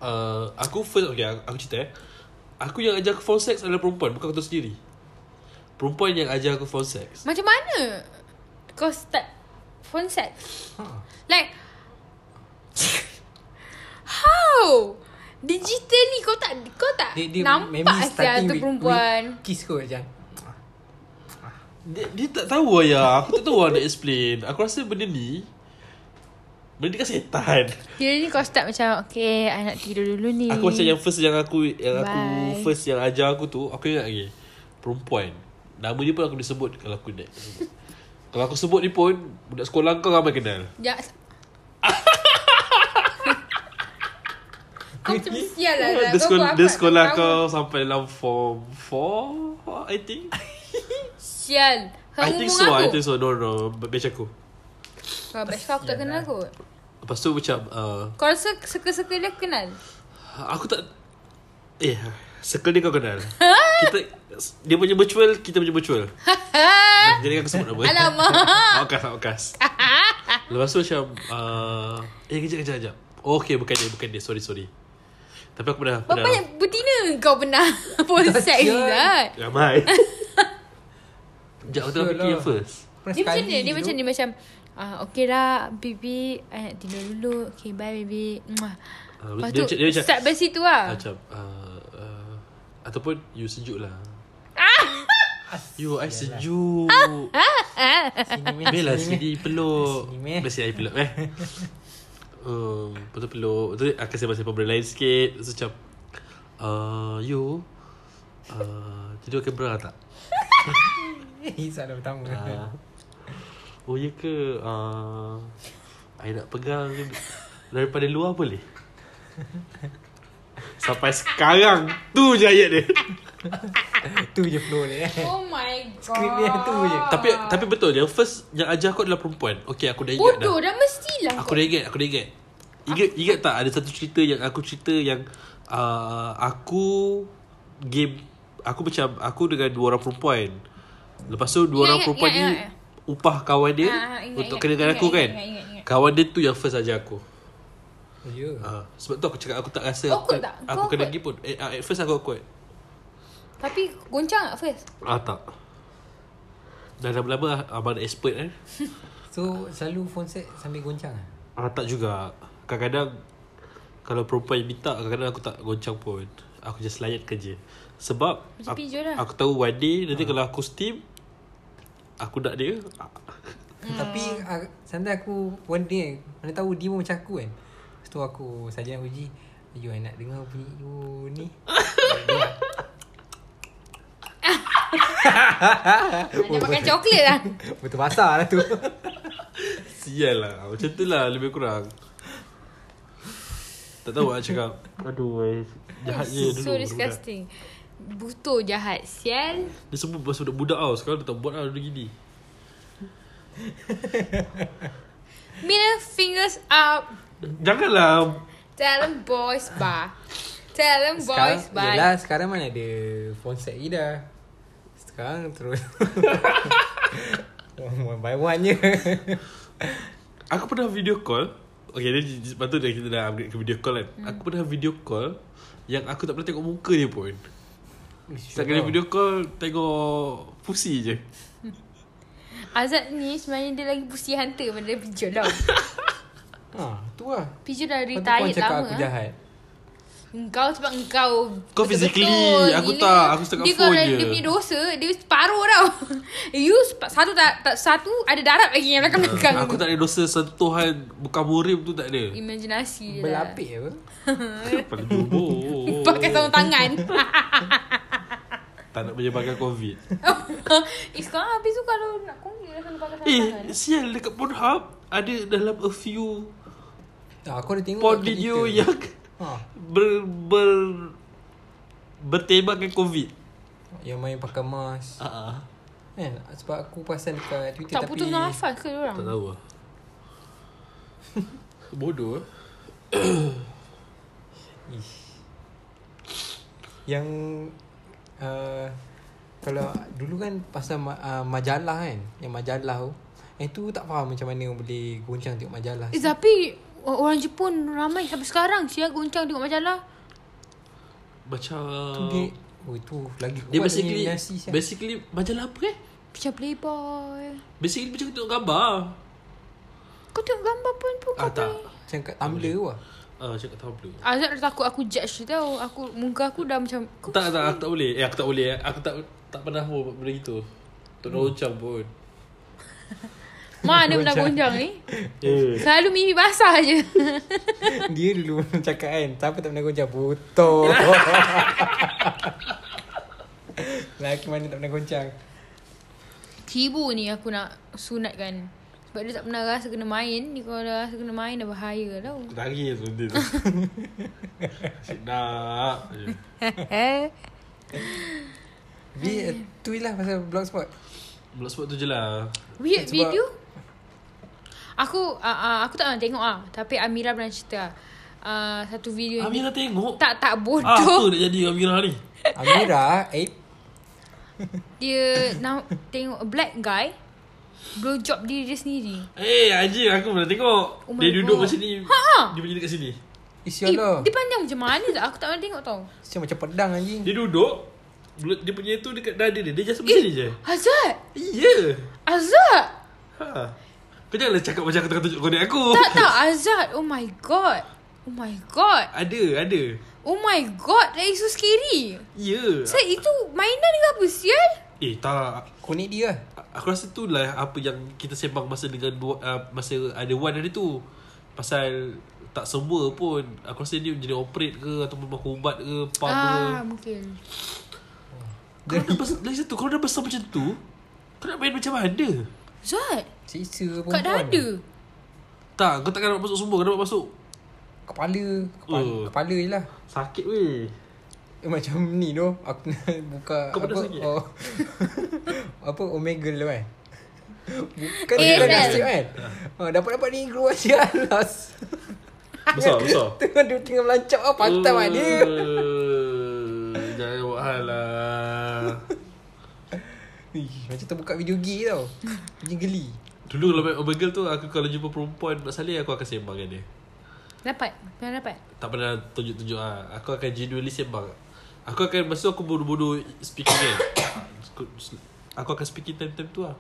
S1: uh, Aku first Okay aku, aku cerita eh Aku yang ajar aku phone sex adalah perempuan Bukan aku tahu sendiri Perempuan yang ajar aku phone sex
S2: Macam mana Kau start Phone sex
S3: Ha.
S2: Like How Digitally kau tak Kau tak
S3: Dia, dia maybe
S2: Nampak sial
S3: starting
S2: tu
S3: with-
S2: perempuan
S3: with Kiss kot macam.
S1: Dia, dia tak tahu ya Aku tak tahu lah nak explain Aku rasa benda ni Benda ni kan setan
S2: Kira ni kau start macam Okay I nak tidur dulu ni
S1: Aku macam yang first yang aku Yang aku
S2: Bye.
S1: First yang ajar aku tu Aku ingat lagi Perempuan Nama dia pun aku boleh sebut Kalau aku nak sebut. Kalau aku sebut ni pun Budak sekolah kau ramai kenal
S2: Ya. kau macam sial lah. Zak.
S1: Dia
S2: Kau
S1: sekolah,
S2: buat
S1: dia
S2: apa?
S1: sekolah
S2: Kau
S1: kau sampai dalam form 4 I think
S2: Sial. Kau
S1: I
S2: umur
S1: think
S2: aku.
S1: so I think so No no Batch aku
S2: Kau batch kau aku tak
S1: lah.
S2: kenal kot.
S1: Lepas tu macam uh,
S2: Kau rasa suka-suka dia aku kenal?
S1: Aku tak Eh Circle dia kau kenal kita, Dia punya virtual Kita punya virtual Jadi aku sebut nama
S2: Alamak.
S1: Aukas Aukas Lepas tu macam uh, Eh kejap kejap kejap oh, Okay bukan dia Bukan dia Sorry sorry Tapi aku pernah
S2: Berapa banyak betina kau pernah phone sex ni
S3: sial.
S2: Zat?
S1: Ramai Ya, Sekejap aku tengah fikir
S3: Sial lah.
S1: yang first
S3: Pernah
S2: Dia macam
S3: sekali
S2: ni, dia macam
S3: tu.
S2: ni macam Ah, okay lah Baby I nak tidur dulu Okay bye baby Mwah.
S1: Ah,
S2: Lepas
S1: dia
S2: tu
S1: macam- dia macam-
S2: Start dari situ lah
S1: Macam uh, uh, Ataupun You sejuk lah
S2: Ah.
S1: You I sejuk
S3: Sini meh,
S1: Bella
S3: sini meh.
S1: sini peluk
S3: Sini, meh.
S1: Mesti I peluk eh Oh, ah, Um, Lepas tu peluk Lepas tu akan sembang-sembang benda lain sikit Lepas tu macam uh, You uh, Tidur kamera tak?
S3: Soalan Eh, pertama
S1: Uh, oh ya ke uh, I nak pegang ke? Daripada luar boleh? Sampai sekarang Tu je ayat dia
S3: Tu je flow dia eh.
S2: Oh my god.
S3: Skrip dia tu je.
S2: Ah.
S1: Tapi tapi betul Yang first Yang ajar aku adalah perempuan Okay aku dah ingat dah
S2: Bodoh dah lah. mestilah.
S1: Aku dah ingat Aku dah ingat Ingat, ingat tak ada satu cerita yang aku cerita yang uh, Aku Game Aku macam Aku dengan dua orang perempuan Lepas tu dua
S2: Ingat,
S1: orang
S2: ingat,
S1: perempuan
S2: ingat,
S1: ni
S2: ingat.
S1: Upah kawan dia
S2: Ah, ingat,
S1: Untuk
S2: ingat,
S1: kenakan
S2: ingat,
S1: aku
S2: ingat,
S1: kan
S2: ingat, ingat, ingat.
S1: Kawan dia tu yang first ajar aku
S3: Ya
S1: uh, Sebab tu aku cakap Aku tak rasa Aku,
S2: Awkward tak? Kau
S1: aku kena
S2: awkward?
S1: pergi pun eh, ah, At first aku awkward
S2: Tapi goncang tak first?
S1: Ah tak Dah lama-lama ah, Abang dah expert eh
S3: So selalu phone set sambil goncang ah?
S1: Ah tak juga. Kadang-kadang kalau perempuan yang minta kadang-kadang aku tak goncang pun. Aku just layan kerja. Sebab
S2: Macam
S1: aku,
S2: pijo lah.
S1: aku tahu one day nanti kalau aku steam aku nak dia. ah,
S3: Tapi
S2: Hmm.
S3: uh, Sometimes aku One day Mana tahu dia pun macam aku kan Lepas tu aku Saja nak uji You I nak dengar bunyi you ni
S1: Oh,
S2: Dia makan coklat lah.
S3: Betul basah lah tu
S1: Sial lah. Macam tu lah lebih kurang. Tak tahu lah nak cakap. Aduh, eh. jahatnya dulu.
S2: so
S1: budak-budak.
S2: disgusting. Butuh jahat. Sial.
S1: Dia semua pasal budak-budak tau. Sekarang dia tak buat lah dia gini.
S2: Middle fingers up.
S1: Janganlah.
S2: Tell them boys bar. Tell them boys bar.
S3: Yelah sekarang mana ada Phone set je dah Sekarang terus One, one by one je
S1: Aku pernah video call Okay dia Lepas tu dah kita dah upgrade ke video call kan hmm. Aku pernah video call Yang aku tak pernah tengok muka dia pun Setiap kali video call Tengok Pusi je
S2: Azad ni sebenarnya dia lagi pusi hunter pada dia pijol tau.
S3: ha, Tu lah
S2: Pijol dah
S3: Lepas tu korang
S2: retired
S3: cakap
S2: lama.
S3: aku
S2: ah.
S3: jahat
S2: Engkau sebab engkau
S1: Kau
S2: betul-betul
S1: physically, aku tak. Aku setakat
S2: dia
S1: phone
S2: kalau
S1: je.
S2: Dia punya dosa Dia separuh tau You sepa- satu tak, tak Satu ada darab lagi Yang belakang-belakang
S1: Aku
S2: tu.
S1: tak ada dosa sentuhan Bukan murim tu tak ada
S2: Imaginasi je lah
S3: Berlapik apa eh.
S1: Pada jubur
S2: Pakai sarung tangan
S1: Tak nak menyebarkan covid
S2: Eh sekarang habis tu Kalau nak kongsi Dah kena pakai sarung tangan
S1: Eh sial dekat Pornhub Ada dalam a few
S3: ha, Aku ada tengok
S1: Porn
S3: kat
S1: video ya.
S3: Twitter.
S1: yang
S3: ha,
S1: Ber Ber Bertemakan covid
S3: Yang main pakai mask
S1: Ah, ah.
S3: Kan sebab aku perasan dekat Twitter
S2: Tak
S3: tapi
S2: putus nafas ke orang
S1: Tak tahu lah
S3: Hmm.
S1: Bodoh eh
S3: Ish. Yang uh, kalau dulu kan pasal ma- uh, majalah kan, yang majalah tu. Yang tu tak faham macam mana boleh goncang tengok majalah.
S2: Eh tapi Orang Jepun ramai sampai sekarang Siap goncang tengok majalah
S1: Macam
S3: Tu dia Oh tu lagi
S1: Dia
S3: kuat
S1: basically
S3: punya nasi, siap.
S1: Basically Majalah apa eh
S2: Macam playboy
S1: Basically macam tengok gambar
S2: Kau tengok gambar pun pun
S1: Ah tak
S3: Macam kat Tumblr tu lah
S1: Ah cakap tak boleh
S2: Azad dah takut aku judge dia tau aku, Muka aku dah macam kau
S1: Tak tak aku tak boleh Eh aku tak boleh eh. Aku tak tak pernah pun buat benda gitu Tak nak
S2: Hmm.
S1: goncang pun
S2: Mana pernah gonjang ni
S1: Eh
S2: Selalu mimpi basah je
S3: Dia dulu cakap kan Siapa tak pernah goncang Botol Lelaki Lah, mana tak pernah goncang
S2: Cibu ni aku nak sunatkan Sebab dia tak pernah rasa kena main Dia kalau dah rasa kena main dah bahaya tau
S1: Nangis tu dia tu Asyik nak je.
S3: Tapi eh, tu je lah pasal blogspot
S1: Blog spot tu je lah
S2: Weird
S3: Sebab-
S2: video Aku uh, uh, aku tak nak tengok ah Tapi Amira pernah cerita uh, Satu video ni
S1: Amira tengok
S2: Tak tak
S1: Ah, Apa
S2: bodoh
S1: nak jadi Amira ni
S3: Amira Eh
S2: Dia nak tengok a black guy Blow job diri dia sendiri
S1: Eh Haji aku pernah tengok
S2: Oh my
S1: Dia duduk
S2: God.
S1: macam ni
S2: Ha.
S1: Dia berdiri kat sini
S2: Eh,
S3: Isyalah
S2: dia pandang macam mana tak? Aku tak nak tengok tau.
S3: Macam macam pedang anjing
S1: Dia duduk bulu- Dia punya tu dekat dada dia Dia just
S2: Eh,
S1: macam ni je
S2: Azad!
S1: Ya
S2: Azad!
S1: ha. Kau janganlah cakap macam aku tengah tunjuk kodek aku
S2: Tak tak Azad! Oh my god! Oh my god!
S1: Ada ada
S2: Oh my god! That is so scary!
S1: Ya
S2: Saya itu mainan ke apa sial?
S1: Eh tak
S3: Connect dia lah
S1: Aku rasa tu lah apa yang kita sembang masa dengan dua- uh, masa ada one hari tu. Pasal tak semua pun aku rasa dia jadi operate ke ataupun makan ubat ke pump ah.
S2: ah,
S1: ke
S2: mungkin.
S1: kalau dah besar lagi satu kalau dah besar macam tu kau nak main macam mana
S2: Zat,
S3: Siksa perempuan
S2: kat dah ada.
S1: tak kau takkan nak masuk semua kau nak masuk
S3: Kepala Kepala,
S1: Oh.
S3: oh. kepala je lah
S1: sakit weh
S3: eh, Macam ni tu Aku nak buka
S1: Kau
S3: apa,
S1: pedas lagi, eh?
S3: oh, Apa Omegle tu kan Bukan
S2: Eh,
S3: eh, bukan
S2: Sel.
S3: nasib kan oh, Dapat-dapat ni keluar sialas
S1: besar besar
S3: Tengah dia tengah melancap ah, Pantai lah dia
S1: Oh. Eh, jangan buat hal lah
S3: Ish, Macam terbuka video gay tau Macam geli
S1: Dulu kalau main Omegle tu Aku kalau jumpa perempuan Mak Saleh aku akan sembang dengan dia
S2: Dapat, pernah dapat.
S1: Tak pernah tunjuk-tunjuk lah Aku akan genuinely sembang Aku akan Masa tu aku bodoh-bodoh Speaking kan Aku- Aku akan speaking time-time tu lah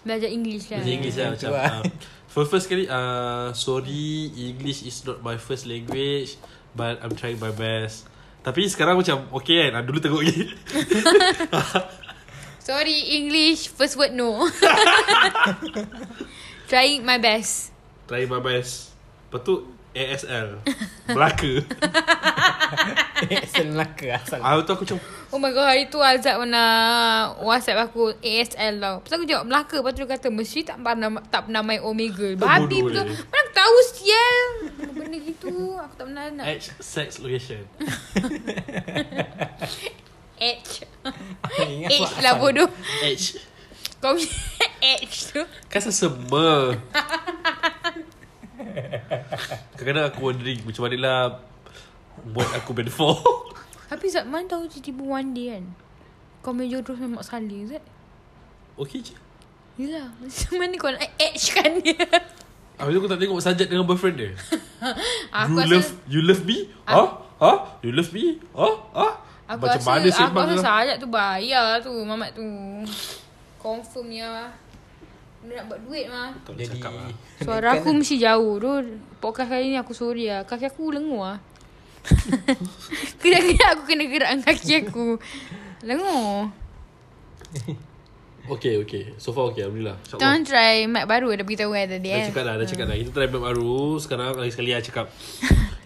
S2: Belajar English lah.
S1: Bahasa English lah
S3: Macam
S1: macam
S3: tu lah.
S1: um, For first kali uh, Sorry English is not my first language But I'm trying my best Tapi sekarang macam Okay kan Ah, Dulu tengok lagi
S2: Sorry, English. First word no. Trying my best.
S1: Try my best Lepas tu ASL Melaka
S3: Asal Melaka asal
S1: Ah tu aku macam
S2: Oh my god, hari tu Azad pernah WhatsApp aku ASL tau. Lepas tu aku jawab Melaka. Lepas tu dia kata, mesti tak pernah, tak pernah main Omega. Babi
S1: bodoh
S2: betul.
S1: dia.
S2: Mana aku tahu, sial. Benda gitu. Aku tak pernah nak.
S1: Age, sex, location
S2: H.
S3: Ingat
S2: H
S3: buat
S2: lah
S3: asal.
S2: bodoh.
S1: Age
S2: Kau punya H tu.
S1: Kan sesama Kadang-kadang aku wondering Macam mana lah Buat aku band 4
S2: Tapi Zat, mana tahu tiba-tiba one day kan. Kau main jodoh sama Mak Saleh, Zat.
S1: Okay je
S2: Yelah, macam mana kau nak edge kan dia?
S1: Habis tu aku tak tengok Sajat dengan boyfriend dia
S2: Aku
S1: You
S2: rasa Ah.
S1: love You love me Huh? Huh? You love me Huh? Huh?
S2: aku
S1: Macam
S2: rasa,
S1: mana
S2: Aku
S1: sembang
S2: rasa
S1: lah
S2: Sajat tu bayar tu Mamat tu Confirm ni lah Dia nak buat duit mah
S1: Tak boleh
S3: Jadi
S1: cakap lah
S2: Suara aku
S3: Kan?
S2: mesti jauh tu Podcast kali ni aku sorry lah Kaki aku lengur lah Kejap-kejap aku kena gerak dengan kaki aku Lengur
S1: Okay okay So far okay Alhamdulillah
S2: Kita orang try mic baru Dah beritahu kan tadi
S1: Dah
S2: eh
S1: cakap dah, dah cakap dah. Kita try map baru. Sekarang lagi sekali lah cakap.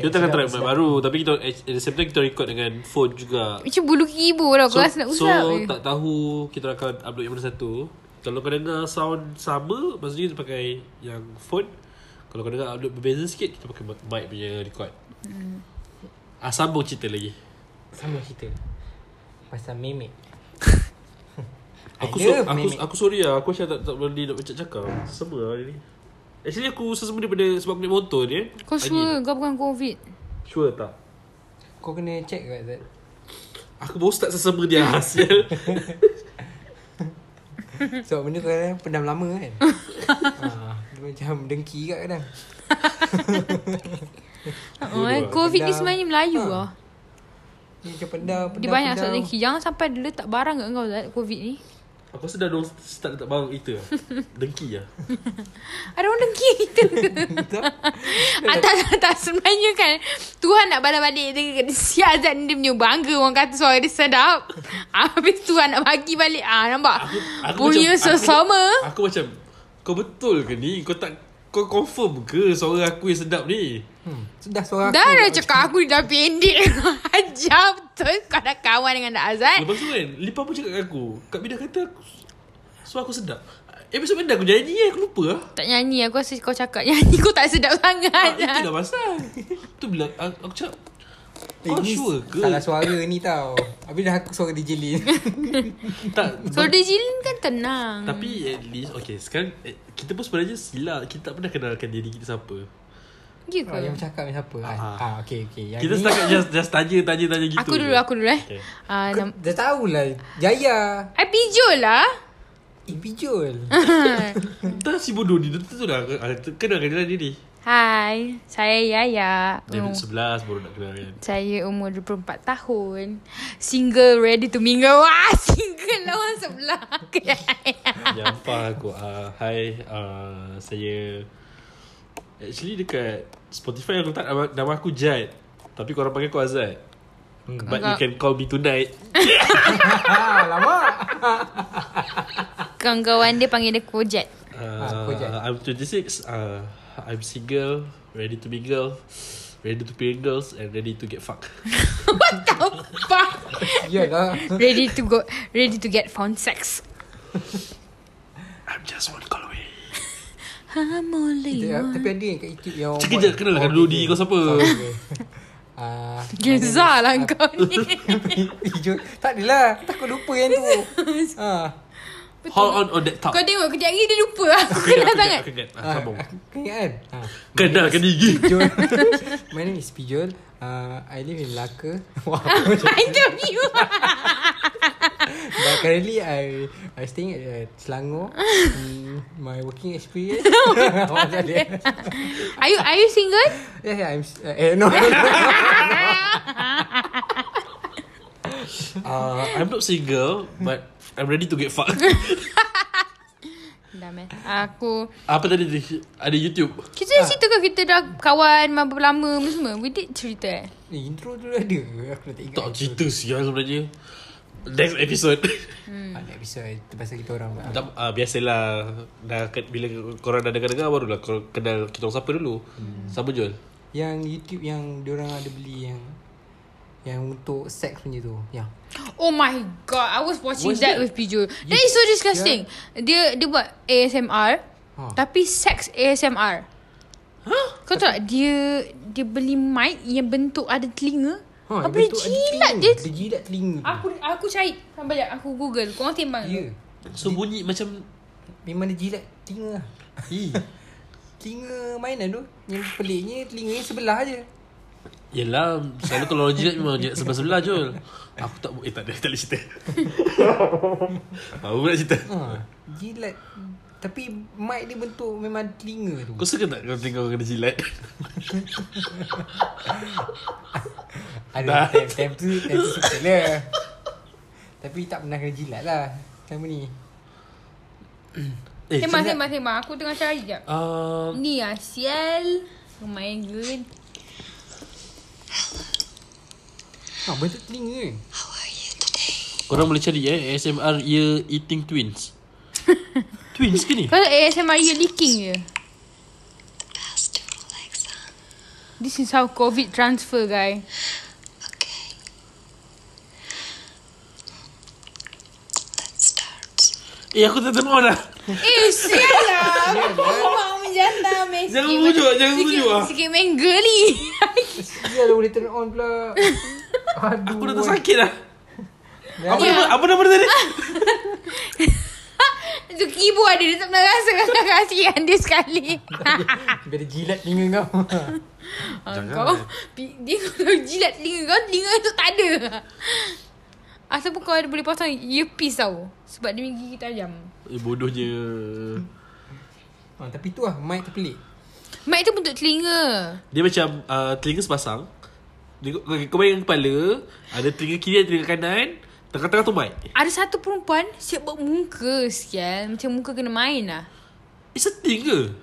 S1: kita tak akan try map baru. Tapi kita at the same time kita record dengan phone juga.
S2: Macam bulu kibu lah Aku rasa nak
S1: so
S2: usap je.
S1: tak tahu kita akan upload yang mana satu. Kalau kau dengar sound sama, maksudnya kita pakai yang phone. Kalau kau dengar upload berbeza sikit, kita pakai mic punya record.
S2: Hmm.
S1: Ah, sambung cerita lagi.
S3: Sama cerita Pasal memek
S1: Aku
S3: I
S1: so,
S3: love
S1: aku
S3: memek.
S1: aku sorry lah. Aku macam tak tak boleh nak macam cakap. Sama lah hari ni. Actually aku sesama daripada sebab aku naik motor ni. eh.
S2: Kau
S1: Lagi.
S2: sure kau bukan covid
S1: Sure tak?
S3: Kau kena check kat Zat
S1: Aku baru start sesama dia Hasil
S3: Sebab benda kau kadang pendam lama kan ha, Dia macam dengki kat kadang
S2: Oh, eh, Covid ni
S3: Pedang.
S2: sebenarnya Melayu
S3: Ha.
S2: lah
S3: Dia macam pendam, pendam
S2: Dia banyak
S3: pendam.
S2: asal dengki Jangan sampai dia letak barang kat kau Zat Covid ni
S1: Aku rasa dah dong start letak barang kita lah. Dengki lah
S2: Ada orang dengki kita ke? ah, tak, tak, tak. Sebenarnya kan Tuhan nak balik-balik dia kata si Azad ni dia punya bangga orang kata suara dia sedap. Ah, habis Tuhan nak bagi balik. Ah nampak. punya sesama.
S1: aku, aku macam Kau betul ke ni? Kau tak Kau confirm ke Suara aku yang sedap ni?
S3: hmm. Sudah suara
S2: dah
S3: aku
S2: dah cakap aku ni dah pendek. Ajar betul kau dah kawan dengan Dak Azad.
S1: Lepas tu kan Lipa pun cakap kat aku Kak Bina kata aku Suara aku sedap Eh besok benda aku nyanyi eh Aku lupa lah
S2: Tak nyanyi aku rasa kau cakap nyanyi kau tak sedap
S1: ah,
S2: sangat.
S1: Itu dah pasal Tu bila aku, aku cakap
S3: Eh,
S1: Kau
S3: ni
S1: sure ke?
S3: Salah suara ni tau Habis dah aku suara DJ Lin
S1: Tak
S2: Suara dia jilin kan tenang.
S1: Tapi at least Okay sekarang eh, Kita pun sebenarnya silap Kita tak pernah kenalkan diri kita siapa
S2: Ya
S1: Ah,
S3: oh, Yang
S2: ke?
S3: cakap ni siapa kan?
S1: Ha.
S3: ha, Okay okay yang
S1: Kita
S3: ni,
S1: setakat just, just tanya Tanya tanya gitu
S2: Aku
S1: je.
S2: dulu, aku dulu eh.
S1: Okay.
S2: Ah,
S3: Kau
S2: nam-
S3: Dah tahulah Jaya
S2: I pijol lah.
S3: Eh bijul
S1: Entah si bodoh ni Dia tu dah ah, tu- Kenal kenalan diri
S2: Hai, saya Yaya.
S1: Dia
S2: Um,
S1: duduk sebelas Baru nak kenal kan
S2: saya umur 24 tahun. Single ready to mingle. Wah, single lawan sebelah.
S1: Nyampah aku uh, Hi uh, Saya Actually dekat Spotify aku tak nama, nama aku Jad Tapi korang panggil aku Azad Hmm, But you
S2: Kakak.
S1: can call me tonight
S3: ha, Lama
S2: Kawan-kawan dia panggil dia Kojat.
S1: uh,
S3: aku Jad.
S1: ah, I'm 26 uh, I'm single Ready to be girl Ready to be girls And ready to get fucked
S2: What the fuck?
S3: Yalah
S2: Ready to go Ready to get phone sex
S1: I'm just one call away
S2: I'm only
S3: Tapi
S2: one
S3: tapi ada yang kat YouTube yang Oh,
S1: Cik kejap, kenal kan dulu diri kau siapa?
S3: Ah,
S2: Gezah lah kau ni
S3: Hijau Tak adalah Takut lupa yang tu ha.
S1: Hold on on that top
S2: Kau tengok kejap lagi dia lupa Aku kenal sangat
S1: Aku ingat
S3: Ah,
S1: Sambung
S3: Kau ingat kan ha.
S1: Kenal kan gigi
S3: Pijol My name is Pijol uh, I live in Melaka Wow
S2: I love you
S3: But currently I I staying at uh, Selangor mm, My working experience Awak tak ada
S2: Are you, are you single?
S3: Yeah, yeah, I'm. s- Uh, eh, no.
S1: uh, I'm not single But I'm ready to get fucked
S2: Dah man Aku
S1: Apa tadi tu? Ada YouTube
S2: Kita dah cerita ke kita dah kawan berapa lama ni semua We did cerita eh
S3: eh, intro dulu ada ke? Aku dah tak ingat.
S1: Tak cerita sial sebenarnya Next episode
S3: Hmm. Ada episode pasal kita orang.
S1: tak, uh, Biasalah dah, ke- Bila korang dah dengar-dengar Barulah korang kenal kita orang siapa dulu Sama Jol
S3: Yang YouTube yang diorang ada beli yang yang untuk sex punya tu. Ya.
S2: Oh my god I was watching
S1: What's
S2: that,
S1: that?
S2: with Piju That is so disgusting Dia dia buat ASMR
S3: Huh.
S2: Tapi sex ASMR Huh? Kau tahu tak dia dia beli mic yang bentuk ada telinga.
S3: Ha,
S2: Ha,
S3: yang
S2: apa dia
S3: bentuk ada
S2: jilat
S3: telinga.
S2: dia. Ah.
S3: Dia jilat telinga. tu.
S2: Aku aku cari sampai jap aku Google. Kau orang timbang.
S3: Ya.
S2: Yeah.
S1: So bunyi macam
S3: Memang dia jilat telinga lah.
S1: Ih.
S3: Telinga mainan tu. Yang peliknya telinga yang sebelah je.
S1: Yelah Selalu kalau orang jilat Memang jilat sebelah-sebelah Jol Aku tak Eh tak ada Tak boleh cerita Aku nak cerita
S3: Ha. Jilat tapi mic dia bentuk memang ada telinga tu.
S1: Kau suka tak Kau tengok orang kena jilat
S3: Ada time, time tu Time tu suka lah Tapi tak pernah kena jilat lah Selama ni Ha,
S1: Eh
S2: Sembang sembang sembang aku tengah cari jap.
S1: uh,
S3: Um.
S2: Ni ah sial. Main gun.
S3: Ha bentuk telinga ni
S1: Korang boleh cari eh ASMR ear eating twins Twins ke ni?
S2: Kau tahu ASMR you leaking je. This is how COVID transfer guy.
S1: Eh aku tak tengok dah
S2: Eh, sial lah. Mak menjana, meh.
S1: Jangan
S2: Sikit-
S1: rujuk, jangan
S2: sikit-
S1: rujuk lah.
S2: Sikit main geli.
S3: Sial lah boleh turn on pula Aduh
S1: Aku dah tersakit dah apa,
S2: Ya.
S1: nama, apa nama dia tadi?
S2: Itu ibu ada, dia tak pernah rasa kakak kasihan dia sekali.
S3: Biar dia jilat telinga kau
S2: Ah, kau, pi- dia kalau jilat telinga kau, telinga tu tak ada. Ataupun kau ada boleh pasang earpiece tau. Sebab dia punya gigi tajam.
S1: Eh bodohnya
S3: ha, Tapi tu lah mic terpelik
S2: Mic tu bentuk telinga.
S1: Dia macam uh, telinga sepasang dia, kau, kau bayang kepala Ada telinga kiri ada telinga kanan Tengah-tengah tu mic
S2: Ada satu perempuan siap buat muka sial. Macam muka kena main lah.
S1: It's a thing ke?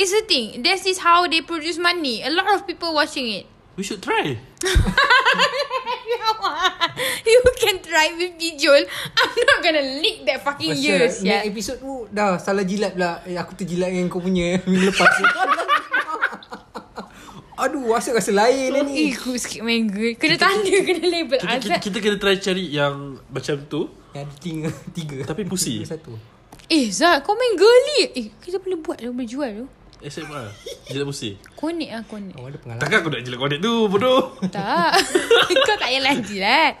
S2: It's the thing. This is how they produce money. A lot of people watching it.
S1: We should try
S2: you can try with Bijol. I'm not gonna leak that fucking years.
S3: yeah.
S2: Yeah.
S3: episode tu dah salah jilat pula eh, Aku terjilat dengan kau punya Minggu lepas tu Aduh rasa rasa lain lah
S2: Eh,
S3: ni
S2: good sikit main good. Kena tanda, kena label.
S1: kita, kita,
S2: Azad.
S1: kita kena try cari yang macam tu
S3: Yang Ya, ada telinga tiga
S1: Tapi pusi.
S3: Telinga Satu
S2: Eh, Zat, kau main girly. Eh, kita boleh buat tu, boleh jual tu.
S1: ASMR Jilat musi
S2: Connect lah, connect.
S3: Oh ada pengalaman
S1: Takkan aku nak jilat konek tu bodoh
S2: Tak. kau tak payah lagi lah.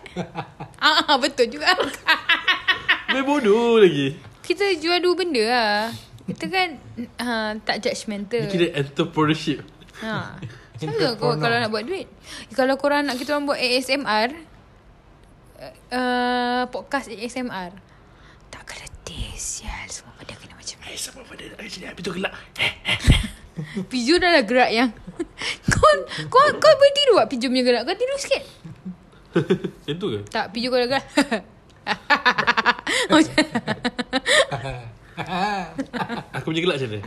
S2: Ah, ah, betul juga.
S1: Main bodoh lagi
S2: kita jual dua benda lah. Kita kan ha, tak judgemental.
S1: Dia kira entrepreneurship
S2: Ha. Sama kau kalau nak buat duit. Kalau korang nak kita orang buat ASMR uh, podcast ASMR. Tak kena taste sial. Semua benda kena macam ni.
S1: Eh siapa pada nak sini Habis tu Eh, gelap
S2: Piju dah lah gerak yang. kau kau kau boleh tidur tak Piju punya gerak? Kau tidur sikit.
S1: Macam tu ke?
S2: Tak, Piju kau dah gerak. Macam-
S1: Ah, Aku punya gelap macam mana?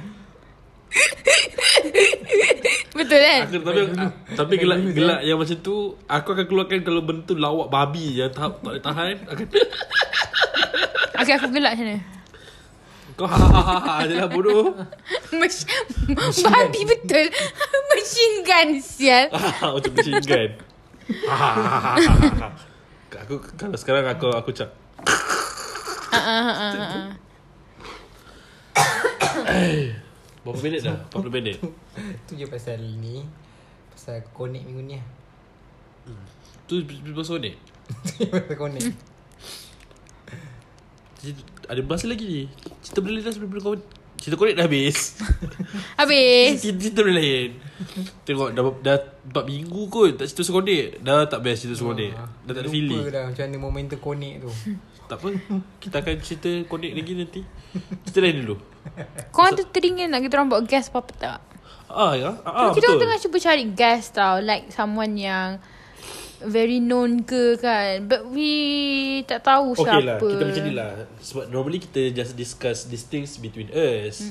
S2: Betul kan?
S1: Aku, tapi ah, tapi gelak gelak yang macam tu aku akan keluarkan kalau benda tu lawak babi yang tak tak boleh tahan akan
S2: Okay, aku gelak macam mana?
S1: ha, kau ha ha ha ha je lah bodoh.
S2: Mesh- Babi betul Machine gun sial
S1: Ha, Macam Ha, machine gun ha, Aku Kalau sekarang aku Aku cak
S2: Ah, ah, ah, ah, ah.
S1: Berapa minit dah? 40 minit
S3: Tu je pasal ni Pasal aku connect minggu ni lah
S1: Tu berapa minit?
S3: Tu je pasal connect
S1: Ada bahasa lagi ni Cerita benda lain dah sebelum kau Cerita korek dah habis
S2: Habis
S1: Cerita, cerita benda lain Tengok dah, dah 4 minggu kot Tak cerita sekonek Dah tak best cerita sekonek
S3: Ah,
S1: Dah tak ada
S3: lupa
S1: feeling
S3: dah macam mana momentum connect tu
S1: Tak apa Kita akan cerita connect lagi nanti Cerita lain dulu
S2: Korang tu teringin nak kita orang buat gas apa-apa tak
S1: Ah ya ah, ah,
S2: Kita
S1: betul
S2: orang tengah cuba cari gas tau Like someone yang Very known ke kan But we Tak tahu
S1: Okay
S2: siapa
S1: lah Kita macam ni lah Sebab normally kita just discuss These things between us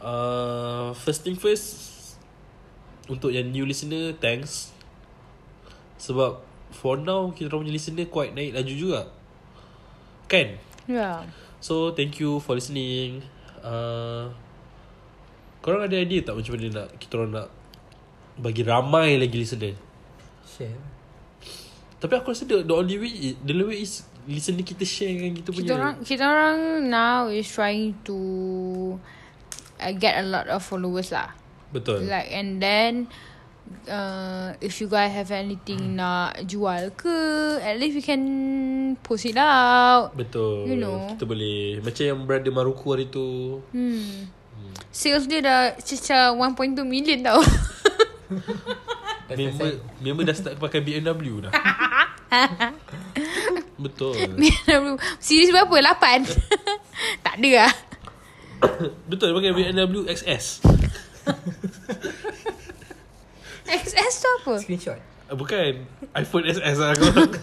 S1: uh, First thing first Untuk yang new listener Thanks Sebab For now Kita orang punya listener Quite naik laju juga Kan
S2: yeah.
S1: So thank you for listening uh, Korang ada idea tak macam mana nak Kita orang nak Bagi ramai lagi listener
S3: Share
S1: Tapi aku rasa the, the only way is, The only way is Listener kita share kan kita punya
S2: Kita orang Kita orang now is trying to uh, Get a lot of followers lah
S1: Betul
S2: Like and then uh, If you guys have
S1: Hmm.
S2: anything nak jual ke At least we can post it out
S1: Betul
S2: You know.
S1: Kita boleh Macam yang brother Maruku hari tu
S2: Hmm Sales dia dah Cecah 1.2 million tau
S1: Member Member dah start pakai BMW dah Betul
S2: Series berapa? 8 Tak ada lah
S1: Betul dia pakai BMW XS
S2: XS tu apa?
S3: Screenshot
S1: Ah, Bukan iPhone SS lah korang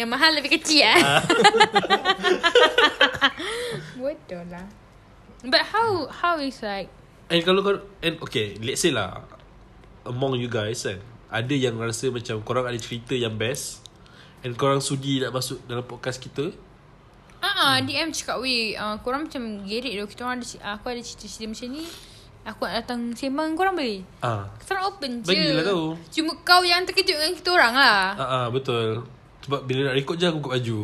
S2: Yang mahal lebih kecil eh Bodoh lah But how How is like
S1: And kalau kau And okay Let's say lah Among you guys kan Ada yang rasa macam Korang ada cerita yang best And korang sudi nak masuk Dalam podcast kita
S2: Ah, uh DM cakap weh uh, Korang macam gerik tu Kita orang ada ah, Aku ada cerita-cerita macam ni Aku nak datang sembang Korang boleh
S1: Ah,
S2: Kita orang open je
S1: Bagilah tahu.
S2: Cuma kau yang terkejut dengan kita orang lah
S1: ah, ah betul Sebab bila nak record je Aku buka baju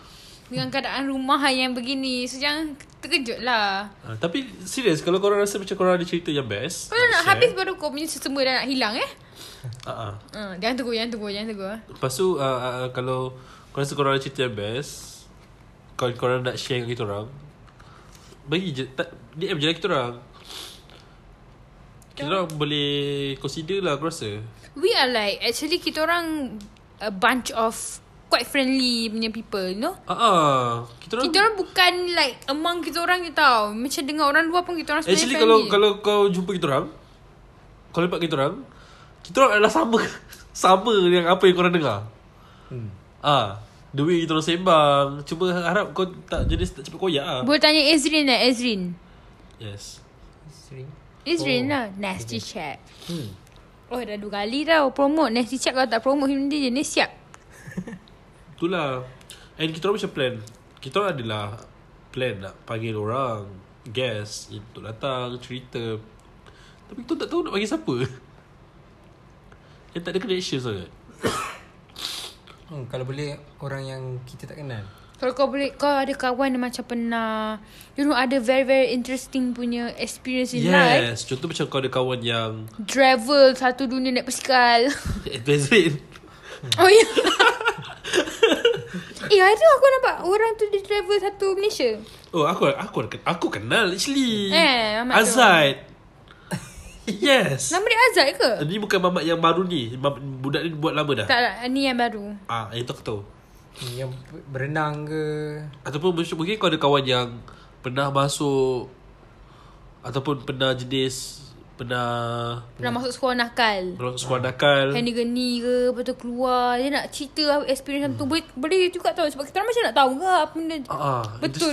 S2: Dengan keadaan rumah yang begini So jangan terkejut lah
S1: ah, Tapi serius Kalau korang rasa macam Korang ada cerita yang best
S2: Kalau nak
S1: share,
S2: habis baru kau punya semua dah nak hilang eh
S1: ah, ah.
S2: uh, Jangan tegur, jangan tegur, jangan tegur
S1: Lepas tu ah, ah, ah, Kalau Korang rasa korang ada cerita yang best Kalau korang nak share dengan kita orang Bagi je tak, DM je lah kita orang Kita orang boleh Consider lah aku rasa
S2: We are like Actually kita orang A bunch of Quite friendly punya people You know
S1: Ah, ah. kita orang
S2: Kita orang bukan like Among kita orang je tau Macam dengan orang luar pun Kita orang sebenarnya
S1: actually kalau
S2: friendly
S1: kalau kau jumpa kita orang, kau lepak kita orang, kita orang adalah sama sama dengan apa yang kau orang dengar.
S3: Hmm
S1: Ah, the way kita orang sembang, cuma harap kau tak jenis tak cepat koyak ah.
S2: Boleh tanya Ezrin lah Ezrin
S1: Yes.
S3: Sering
S2: Ezrin lah
S3: Oh,
S2: Nasty chat
S3: Hmm
S2: Oh dah dua kali tau Promote Nasty chat kalau tak promote Him dia jenis siap
S1: Itulah. And kita orang macam plan. Kita orang adalah plan nak panggil orang, guest untuk datang cerita. Tapi kita tak tahu nak panggil siapa. Yang tak ada connection sangat.
S3: Hmm, kalau boleh orang yang kita tak kenal.
S2: Kalau kau boleh Kau ada kawan yang macam pernah You know ada very very interesting punya Experience in life
S1: Yes, contoh macam kau ada kawan yang
S2: Travel satu dunia naik basikal
S1: Advanced
S2: Oh ya Eh hari tu aku nampak Orang tu dia travel satu Malaysia
S1: Oh aku aku aku kenal actually.
S2: Eh, mamat tu.
S1: Azad. yes.
S2: Nama dia Azad ke?
S1: Ni bukan mamat yang baru ni. Mam- Budak ni buat lama dah.
S2: Tak lah Ni yang baru
S1: Ah, yang tu aku tahu.
S3: Hmm, Yang ber- berenang ke.
S1: Ataupun mungkin mungkin kau ada kawan yang pernah masuk ataupun pernah jenis pernah
S2: Pernah masuk sekolah nakal
S1: masuk sekolah nakal.
S2: Yang dia geni ke Lepas tu keluar Dia nak cerita Experience hmm. tu boleh, boleh juga tau Sebab kita orang macam nak tahu ke Apa benda
S1: Ah, ah.
S2: Betul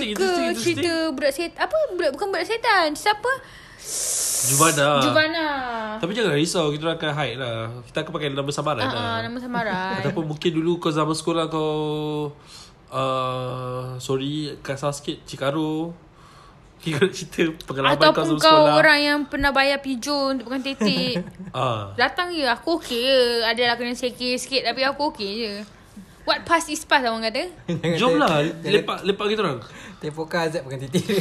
S1: Interesting,
S2: ke
S1: interesting, interesting.
S2: Cerita budak setan Apa budak, Bukan budak setan Siapa
S1: Juvana.
S2: Jovana
S1: lah. Tapi jangan risau, kita orang akan hide lah. Kita akan pakai nama samaran
S2: Ah,
S1: lah.
S2: ah, Nama samaran
S1: Ataupun mungkin dulu kau ah, zaman sekolah kau uh, Sorry Kasar sikit Cikaro Kira cerita pengalaman kau
S2: Ataupun
S1: sebelum
S2: kau
S1: sekolah
S2: orang yang pernah bayar pigeon untuk makan tetik
S1: ah.
S2: Datang je aku okey je Adalah kena sekir sikit tapi aku okey je What pass is pass orang kata
S1: Jom lah Lepak, lepak kita orang
S3: Tepoka Azab bukan titik dia.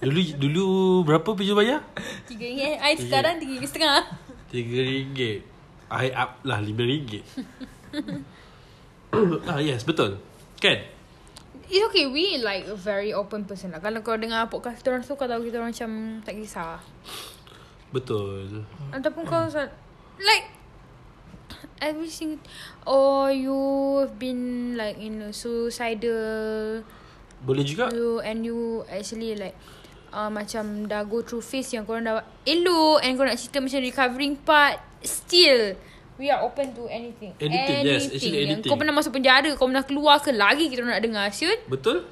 S1: Dulu dulu berapa pijul bayar?
S2: Tiga ingat I sekarang tiga setengah
S1: Tiga ringgit I up lah lima ringgit Ah yes betul Kan?
S2: It's okay We like a very open person lah Kalau kau dengar podcast kita orang tu Kau tahu kita orang macam tak kisah
S1: Betul
S2: Ataupun kau sa- Like Every single Or you've been like in a suicidal
S1: Boleh juga
S2: you and you actually like uh, macam dah go through phase yang korang dah elok and korang nak cerita macam recovering part still we are open to anything
S1: Anything, yes. Actually,
S2: Yang
S1: anything.
S2: kau pernah masuk penjara kau pernah keluar ke lagi kita nak dengar Syul
S1: Betul?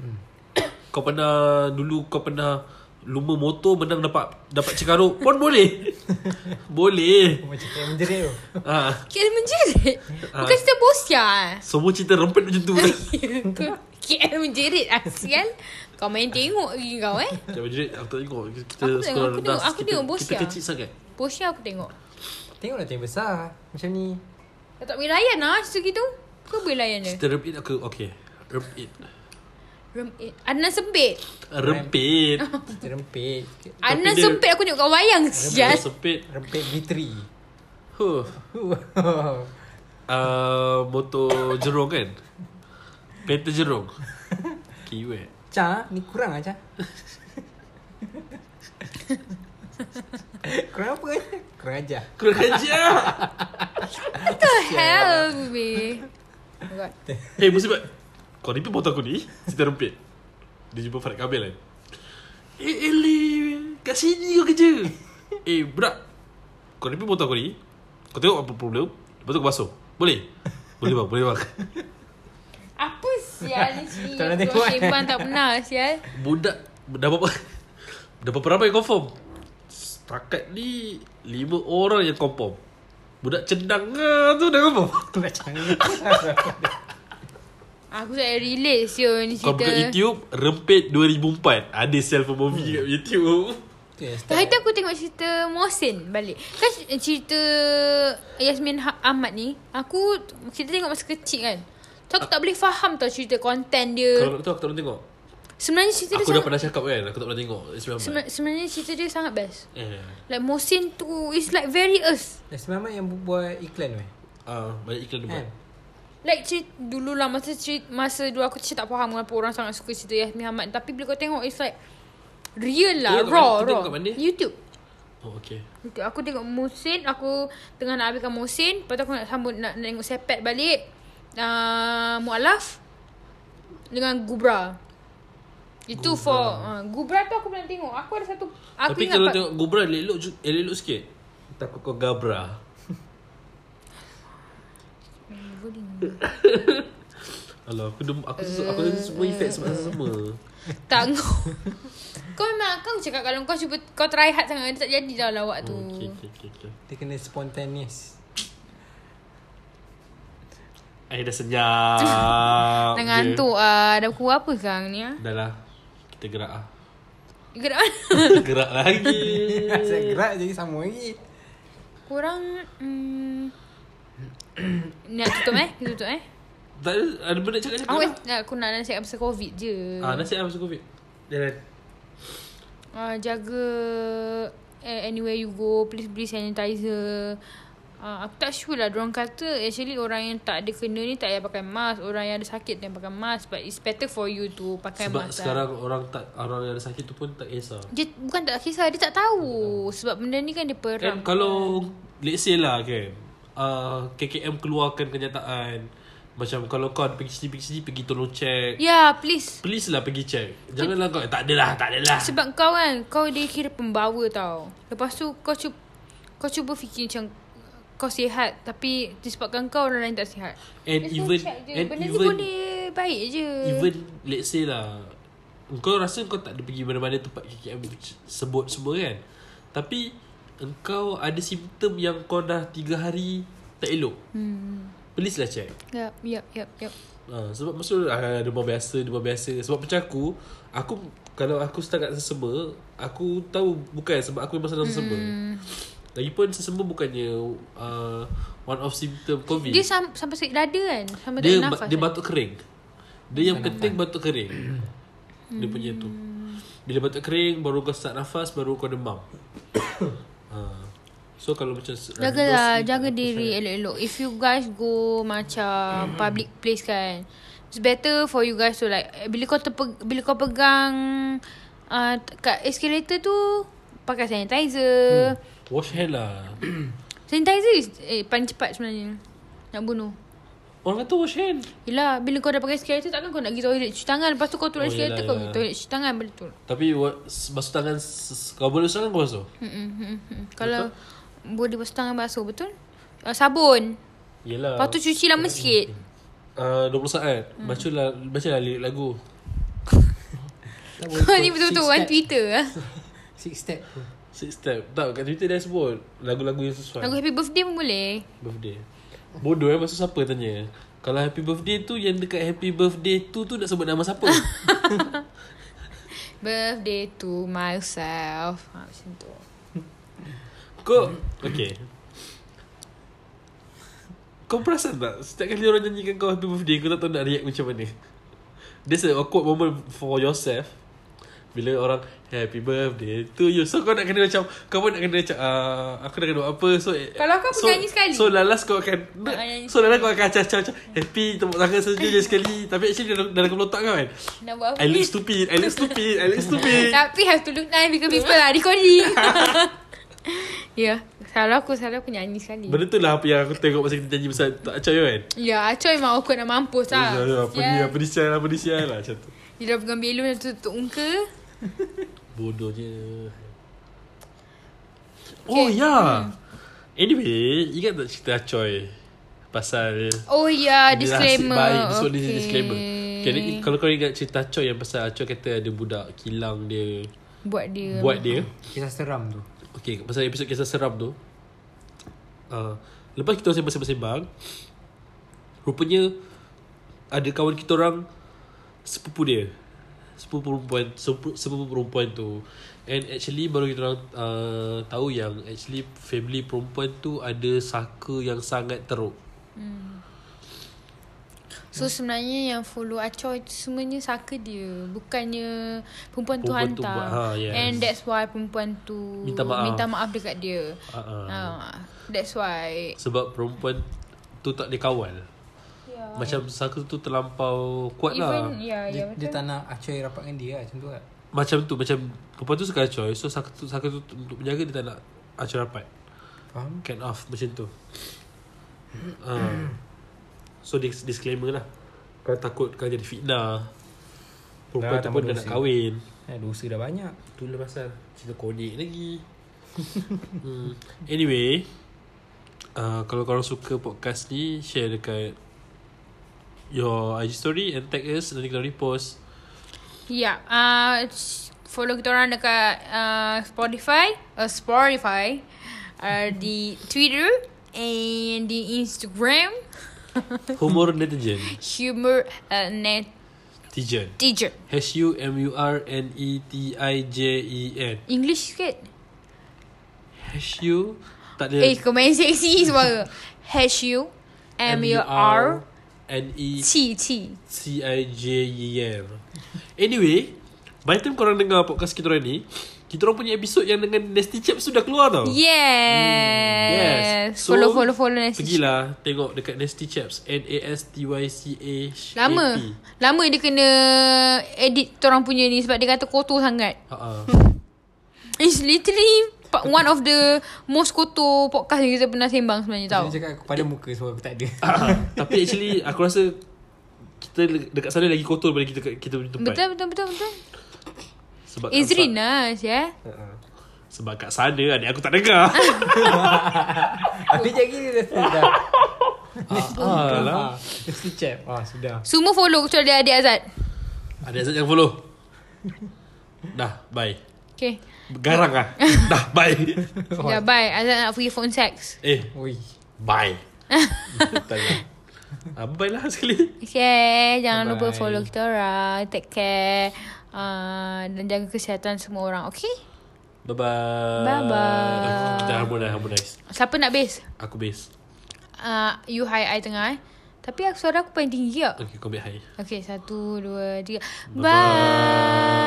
S2: Hmm.
S1: Kau pernah Dulu kau pernah Lumba motor menang dapat Dapat cekaruk Pun boleh Boleh
S3: Macam kayak menjerit tu.
S1: ah,
S2: KL menjerit bukan cerita bosia eh.
S1: Semua cerita rempit macam tu
S2: Kau- KL menjerit Asial kau main tengok lagi kau eh
S1: Macam Madrid Aku tak tengok Kita
S2: Aku tengok,
S1: sekolah
S2: aku
S1: rendah
S2: tengok, aku
S1: kita,
S2: tengok bos ya.
S1: Kita
S2: dia.
S1: kecil sangat
S2: bosia aku tengok
S3: Tengok nanti besar. Macam ni.
S2: kau tak boleh layan lah cerita gitu kau boleh layan dia
S1: Cerita rempit aku Okay Rempit
S2: Rempit. eh, Adnan sempit
S1: Rempit
S3: Kita rempit.
S2: Adnan
S1: dia-
S2: sempit aku tengok kat wayang Sial
S1: Sempit
S3: Rempit glittery.
S1: huh. uh, Motor jerong kan Peta jerong Kiwet
S3: Cha, ni kurang lah, aja. kurang apa aja? Kurang aja.
S1: Kurang aja
S2: the hell, baby? Oh my god.
S1: Hey musibat Eh, Kau repeat motor aku ni Cerita rempit Dia jumpa Farid Kamil kan Eh Eli Kat sini kau kerja Eh budak Kau repeat motor aku ni Kau tengok apa problem Lepas tu kau basuh Boleh? Boleh bang Boleh bang
S2: Apa sial ni sini?
S3: Tak nak
S2: Aku
S3: tengok.
S1: eh.
S2: Sembang tak pernah sial.
S1: Budak Dah berapa Dah berapa ramai yang confirm Setakat ni Lima orang yang confirm Budak cendang ah, tu dah confirm
S3: Kurang canggih.
S2: Aku tak relate sial ni
S1: Kau buka
S2: cerita.
S1: YouTube Rempit 2004 Ada self movie kat YouTube
S3: Tu yang start.
S2: Hari tu aku tengok cerita Mohsin balik. Kan cerita Yasmin Ha- Ahmad ni, aku kita tengok masa kecil kan. So aku tak boleh faham tau cerita konten dia.
S1: Kalau tu aku tak pernah tengok
S2: Sebenarnya cerita
S1: Aku
S2: Eh. dia
S1: dah
S2: sangat,
S1: pernah cakap kan Aku tak pernah tengok It's memang
S2: seben- sebenarnya cerita dia sangat best.
S1: Eh
S2: Like Mohsin tu is like very us.
S3: Nasib Ahmad yang bu- buat iklan weh.
S1: Ah, Banyak iklan dia buat
S3: Kan?
S2: Like cerita dulu lah masa cerita, masa dulu aku cerita tak faham kenapa orang sangat suka cerita Yasmin Ahmad tapi bila kau tengok it's like real lah
S1: Tengok kat
S2: raw
S1: mana? Tengok
S2: raw.
S1: kat mana?
S2: YouTube.
S1: Oh okay
S2: YouTube. Aku tengok Musin, aku tengah nak habiskan Musin, lepas tu aku nak sambut nak, nak tengok sepet balik. Uh, Mualaf dengan Gubra. Itu Gubra. for uh, Gubra tu aku belum tengok. Aku ada satu aku
S1: Tapi
S2: ingat
S1: kalau
S2: part-
S1: tengok Gubra elok, ju- eh, elok sikit Takut kau gabra Alah aku dem aku uh, aku ada semua efek semua semua.
S2: Tak kau Kau memang kau cakap kalau kau cuba kau try hard sangat tak jadi tau lawak tu.
S1: Okay, okay, okay, okay.
S3: Dia kena spontaneous.
S1: Air Eh, dah senyap.
S2: Dah
S1: je.
S2: ngantuk ah. Dah pukul apa sekarang ni ah?
S1: Dah lah. Kita gerak ah.
S2: Gerak mana?
S1: Gerak lagi.
S3: Saya gerak jadi sama lagi.
S2: Korang mm, Nak tutup eh? Kita tutup eh?
S1: tak ada, ada benda nak cakap cakap.
S2: Aku,
S1: lah.
S2: aku nak nasihat pasal COVID je.
S1: Ah, nasi apa Covid? Dah dah.
S2: Uh, jaga eh, anywhere you go. Please beli sanitizer. Uh, aku tak sure lah Diorang kata Actually orang yang tak ada kena ni Tak payah pakai mask Orang yang ada sakit Tak payah pakai mask But it's better for you to Pakai
S1: Sebab
S2: mask lah.
S1: sekarang orang tak orang yang ada sakit tu pun tak kisah.
S2: Dia bukan tak kisah Dia tak tahu Sebab benda ni kan dia
S1: Kan
S2: perang
S1: kalau let's say lah kan uh, KKM keluarkan kenyataan macam kalau kau ada pergi sini pergi sini pergi tolong check.
S2: Ya yeah, please
S1: Please lah pergi check. Janganlah kau tak adalah, tak lah." adalah.
S2: Sebab kau kan Kau dia kira pembawa tau Lepas tu kau cuba Kau cuba fikir macam Kau sihat Tapi Disebabkan kau orang lain tak sihat
S1: And
S2: Just
S1: even
S2: go check je.
S1: and
S2: Benda ni
S1: even
S2: boleh Baik je
S1: even let's say lah kau rasa kau tak ada pergi mana-mana tempat KKM c- sebut semua kan tapi engkau ada simptom yang kau dah 3 hari tak elok hmm. please lah check
S2: Yap yap yap yap
S1: Ha, sebab masa tu ah, demam biasa, demam biasa. Sebab macam aku, aku kalau aku setakat sesama, aku tahu bukan sebab aku memang senang sesama. Mm.
S2: Hmm.
S1: Lagipun sesama bukannya uh, one of symptom COVID.
S2: Dia sam- sampai sakit dada kan? Sampai
S1: dia,
S2: tak
S1: ba-
S2: nafas.
S1: dia batuk kering. Dia yang penting batuk kering. dia punya tu.
S2: Hmm.
S1: Bila batuk kering baru kau start nafas baru kau demam. ha. So kalau macam
S2: Jagalah, jaga diri elok-elok. If you guys go
S1: Mm-hmm.
S2: macam public place kan, it's better for you guys to like eh, bila kau terpe, bila kau pegang uh, kat escalator tu pakai sanitizer. Hmm.
S1: Wash hand lah.
S2: Sanitizer is eh, paling cepat sebenarnya. Nak bunuh.
S1: Orang kata wash hand.
S2: Yelah, bila kau dah pakai escalator takkan kau nak pergi toilet cuci tangan. Lepas tu kau turun
S1: Oh,
S2: oh, escalator
S1: yelah,
S2: kau
S1: yelah.
S2: pergi toilet cuci tangan Hmm, betul.
S1: Tapi wa- s- basuh tangan s- s- kau boleh basuh tangan kau basuh.
S2: Mm-mm, mm-mm. Kalau body basuh tangan basuh betul? Uh, sabun.
S1: Yelah.
S2: Lepas tu cuci lama sikit.
S1: Uh, 20 saat hmm. Baca lah Baca lah lirik lagu Oh,
S3: Tak boleh
S2: Kau
S3: ikut.
S2: ni betul-betul
S3: Six
S2: orang
S3: step.
S2: Twitter ah.
S3: Six step tu.
S1: Six step Tak kat Twitter dah sebut Lagu-lagu yang sesuai
S2: Lagu happy birthday pun boleh.
S1: Birthday Bodoh eh Maksud siapa tanya Kalau happy birthday tu Yang dekat happy birthday tu Tu nak sebut nama siapa
S2: Birthday to myself. Ha, macam tu.
S1: Kau Okay Kau perasan tak Setiap kali orang nyanyikan kau happy birthday Kau tak tahu nak react macam mana There's an awkward moment For yourself Bila orang Happy birthday to you So kau nak kena macam Kau pun nak kena macam uh, Aku nak kena buat apa So eh,
S2: Kalau kau
S1: so,
S2: penyanyi sekali.
S1: So lalas kau akan
S2: Ah, nyanyi
S1: So lalas kau akan acah-acah Happy tepuk tangan sejuk je sekali Tapi actually dalam, dalam kepala otak kau kan
S2: Nak buat apa?
S1: I look stupid I look stupid I look stupid
S2: Tapi have to look nice because people are recording. ya, yeah. salah aku salah aku nyanyi sekali.
S1: Benda tu lah apa yang aku tengok Masa kita nyanyi pasal Tak acah kan
S2: Ya, yeah, Acoy memang awkward nak mampus lah.
S1: Apa ni Ya, Apa ni sial Apa ni sial lah Macam tu
S2: Dia dah pegang belon dah tutup muka.
S1: Bodohnya Oh ya yeah. Anyway Ingat tak cerita Acoy Pasal
S2: Oh ya, yeah,
S1: dia nasib
S2: disclaimer.
S1: baik So okay. dia disclaimer okay, ni, Kalau kau ingat cerita Acoy Yang pasal Acoy kata Ada budak kilang dia
S2: Buat dia.
S1: Buat dia
S3: Kisah seram tu.
S1: Okay Pasal episod kisah seram tu uh, Lepas kita sembang-sembang Rupanya Ada kawan kita orang Sepupu dia Sepupu perempuan Sepupu, sepupu perempuan tu And actually baru kita orang uh, Tahu yang Actually family perempuan tu Ada saka yang sangat teruk
S2: So sebenarnya yang follow Acoy tu semuanya saka dia. Bukannya perempuan, tu
S1: Perempuan tu
S2: hantar.
S1: buat- ha, yes.
S2: And that's why perempuan tu
S1: Minta maaf.
S2: minta maaf dekat dia.
S1: uh-uh.
S2: Ha, that's why.
S1: Sebab perempuan tu tak dikawal
S2: Yeah.
S1: Macam saka tu terlampau kuat lah
S2: Even ya, ya
S3: Ya. Dia,
S2: betul.
S3: dia tak nak acoy rapat dengan dia lah macam tu lah.
S1: Macam tu Macam Perempuan tu suka acoy So saka tu, saka tu Untuk menjaga dia tak nak Acoy rapat
S3: Faham?
S1: Kind of Macam tu uh, So dis- disclaimer lah Kau takut kau jadi fitnah Perempuan
S3: Dah,
S1: tu pun
S3: tambah
S1: dah nak
S3: dosa.
S1: kahwin
S3: Eh, dosa dah banyak.
S1: Itulah pasal Cerita kodik lagi hmm. Anyway uh, Kalau korang suka podcast ni Share dekat Your IG story And tag us Nanti kita repost
S2: Ya, uh, follow kita orang dekat uh, Spotify, uh, Spotify, uh, di Twitter and di Instagram
S1: Humor Netizen
S2: humor uh,
S1: Tijen
S2: netizen.
S1: E H-U-M-U-R-N-E-T-I-J-E-N
S2: English sikit.
S1: E H U tak ada
S2: Eh, komen seksi suara. H U M U R
S1: N E
S2: T T.
S1: C I J E N. Anyway, by the time korang dengar podcast kita orang ni, kita orang punya episod yang dengan Nasty Chaps sudah keluar tau.
S2: Oh. Yes.
S1: So,
S2: follow follow follow nanti.
S1: Pergilah tengok dekat Nasty Chaps N A S T Y C A P.
S2: Lama. Lama dia kena edit orang punya ni sebab dia kata kotor sangat.
S1: Ha
S2: It's literally part one of the most kotor podcast yang kita pernah sembang sebenarnya tau.
S3: Dia cakap kepada muka sebab aku tak ada.
S1: Tapi actually aku rasa kita dekat sana lagi kotor daripada kita kita punya tempat.
S2: Betul betul betul betul.
S1: Sebab kat-
S2: Izrin lah ya.
S1: Ha-ha. Sebab kat sana adik aku tak dengar.
S3: Aku jadi dia dah sudah.
S1: ah, lah.
S3: Ah, mesti cep. Ah, sudah.
S2: Semua follow kecuali adik Azad.
S1: Ada Azad jangan follow Dah bye
S2: Okay.
S1: Garang lah Dah bye
S2: Dah bye. Azad nak free phone sex.
S1: Eh
S3: Ui.
S1: bye Betul lah. Ah, bye lah sekali.
S2: Share Jangan Bye-bye. lupa
S3: Bye-bye.
S2: follow kita orang Take care uh, Dan jaga kesihatan semua orang Okay
S1: Bye bye.
S2: Bye-bye.
S1: Dah harmonize, harmonize.
S2: Siapa nak base
S1: Aku base.
S2: uh, You high I tengah eh Tapi aku suara aku paling tinggi tak
S1: Okay, kau ambil high.
S2: Okay satu dua tiga
S1: Bye-bye.
S2: Bye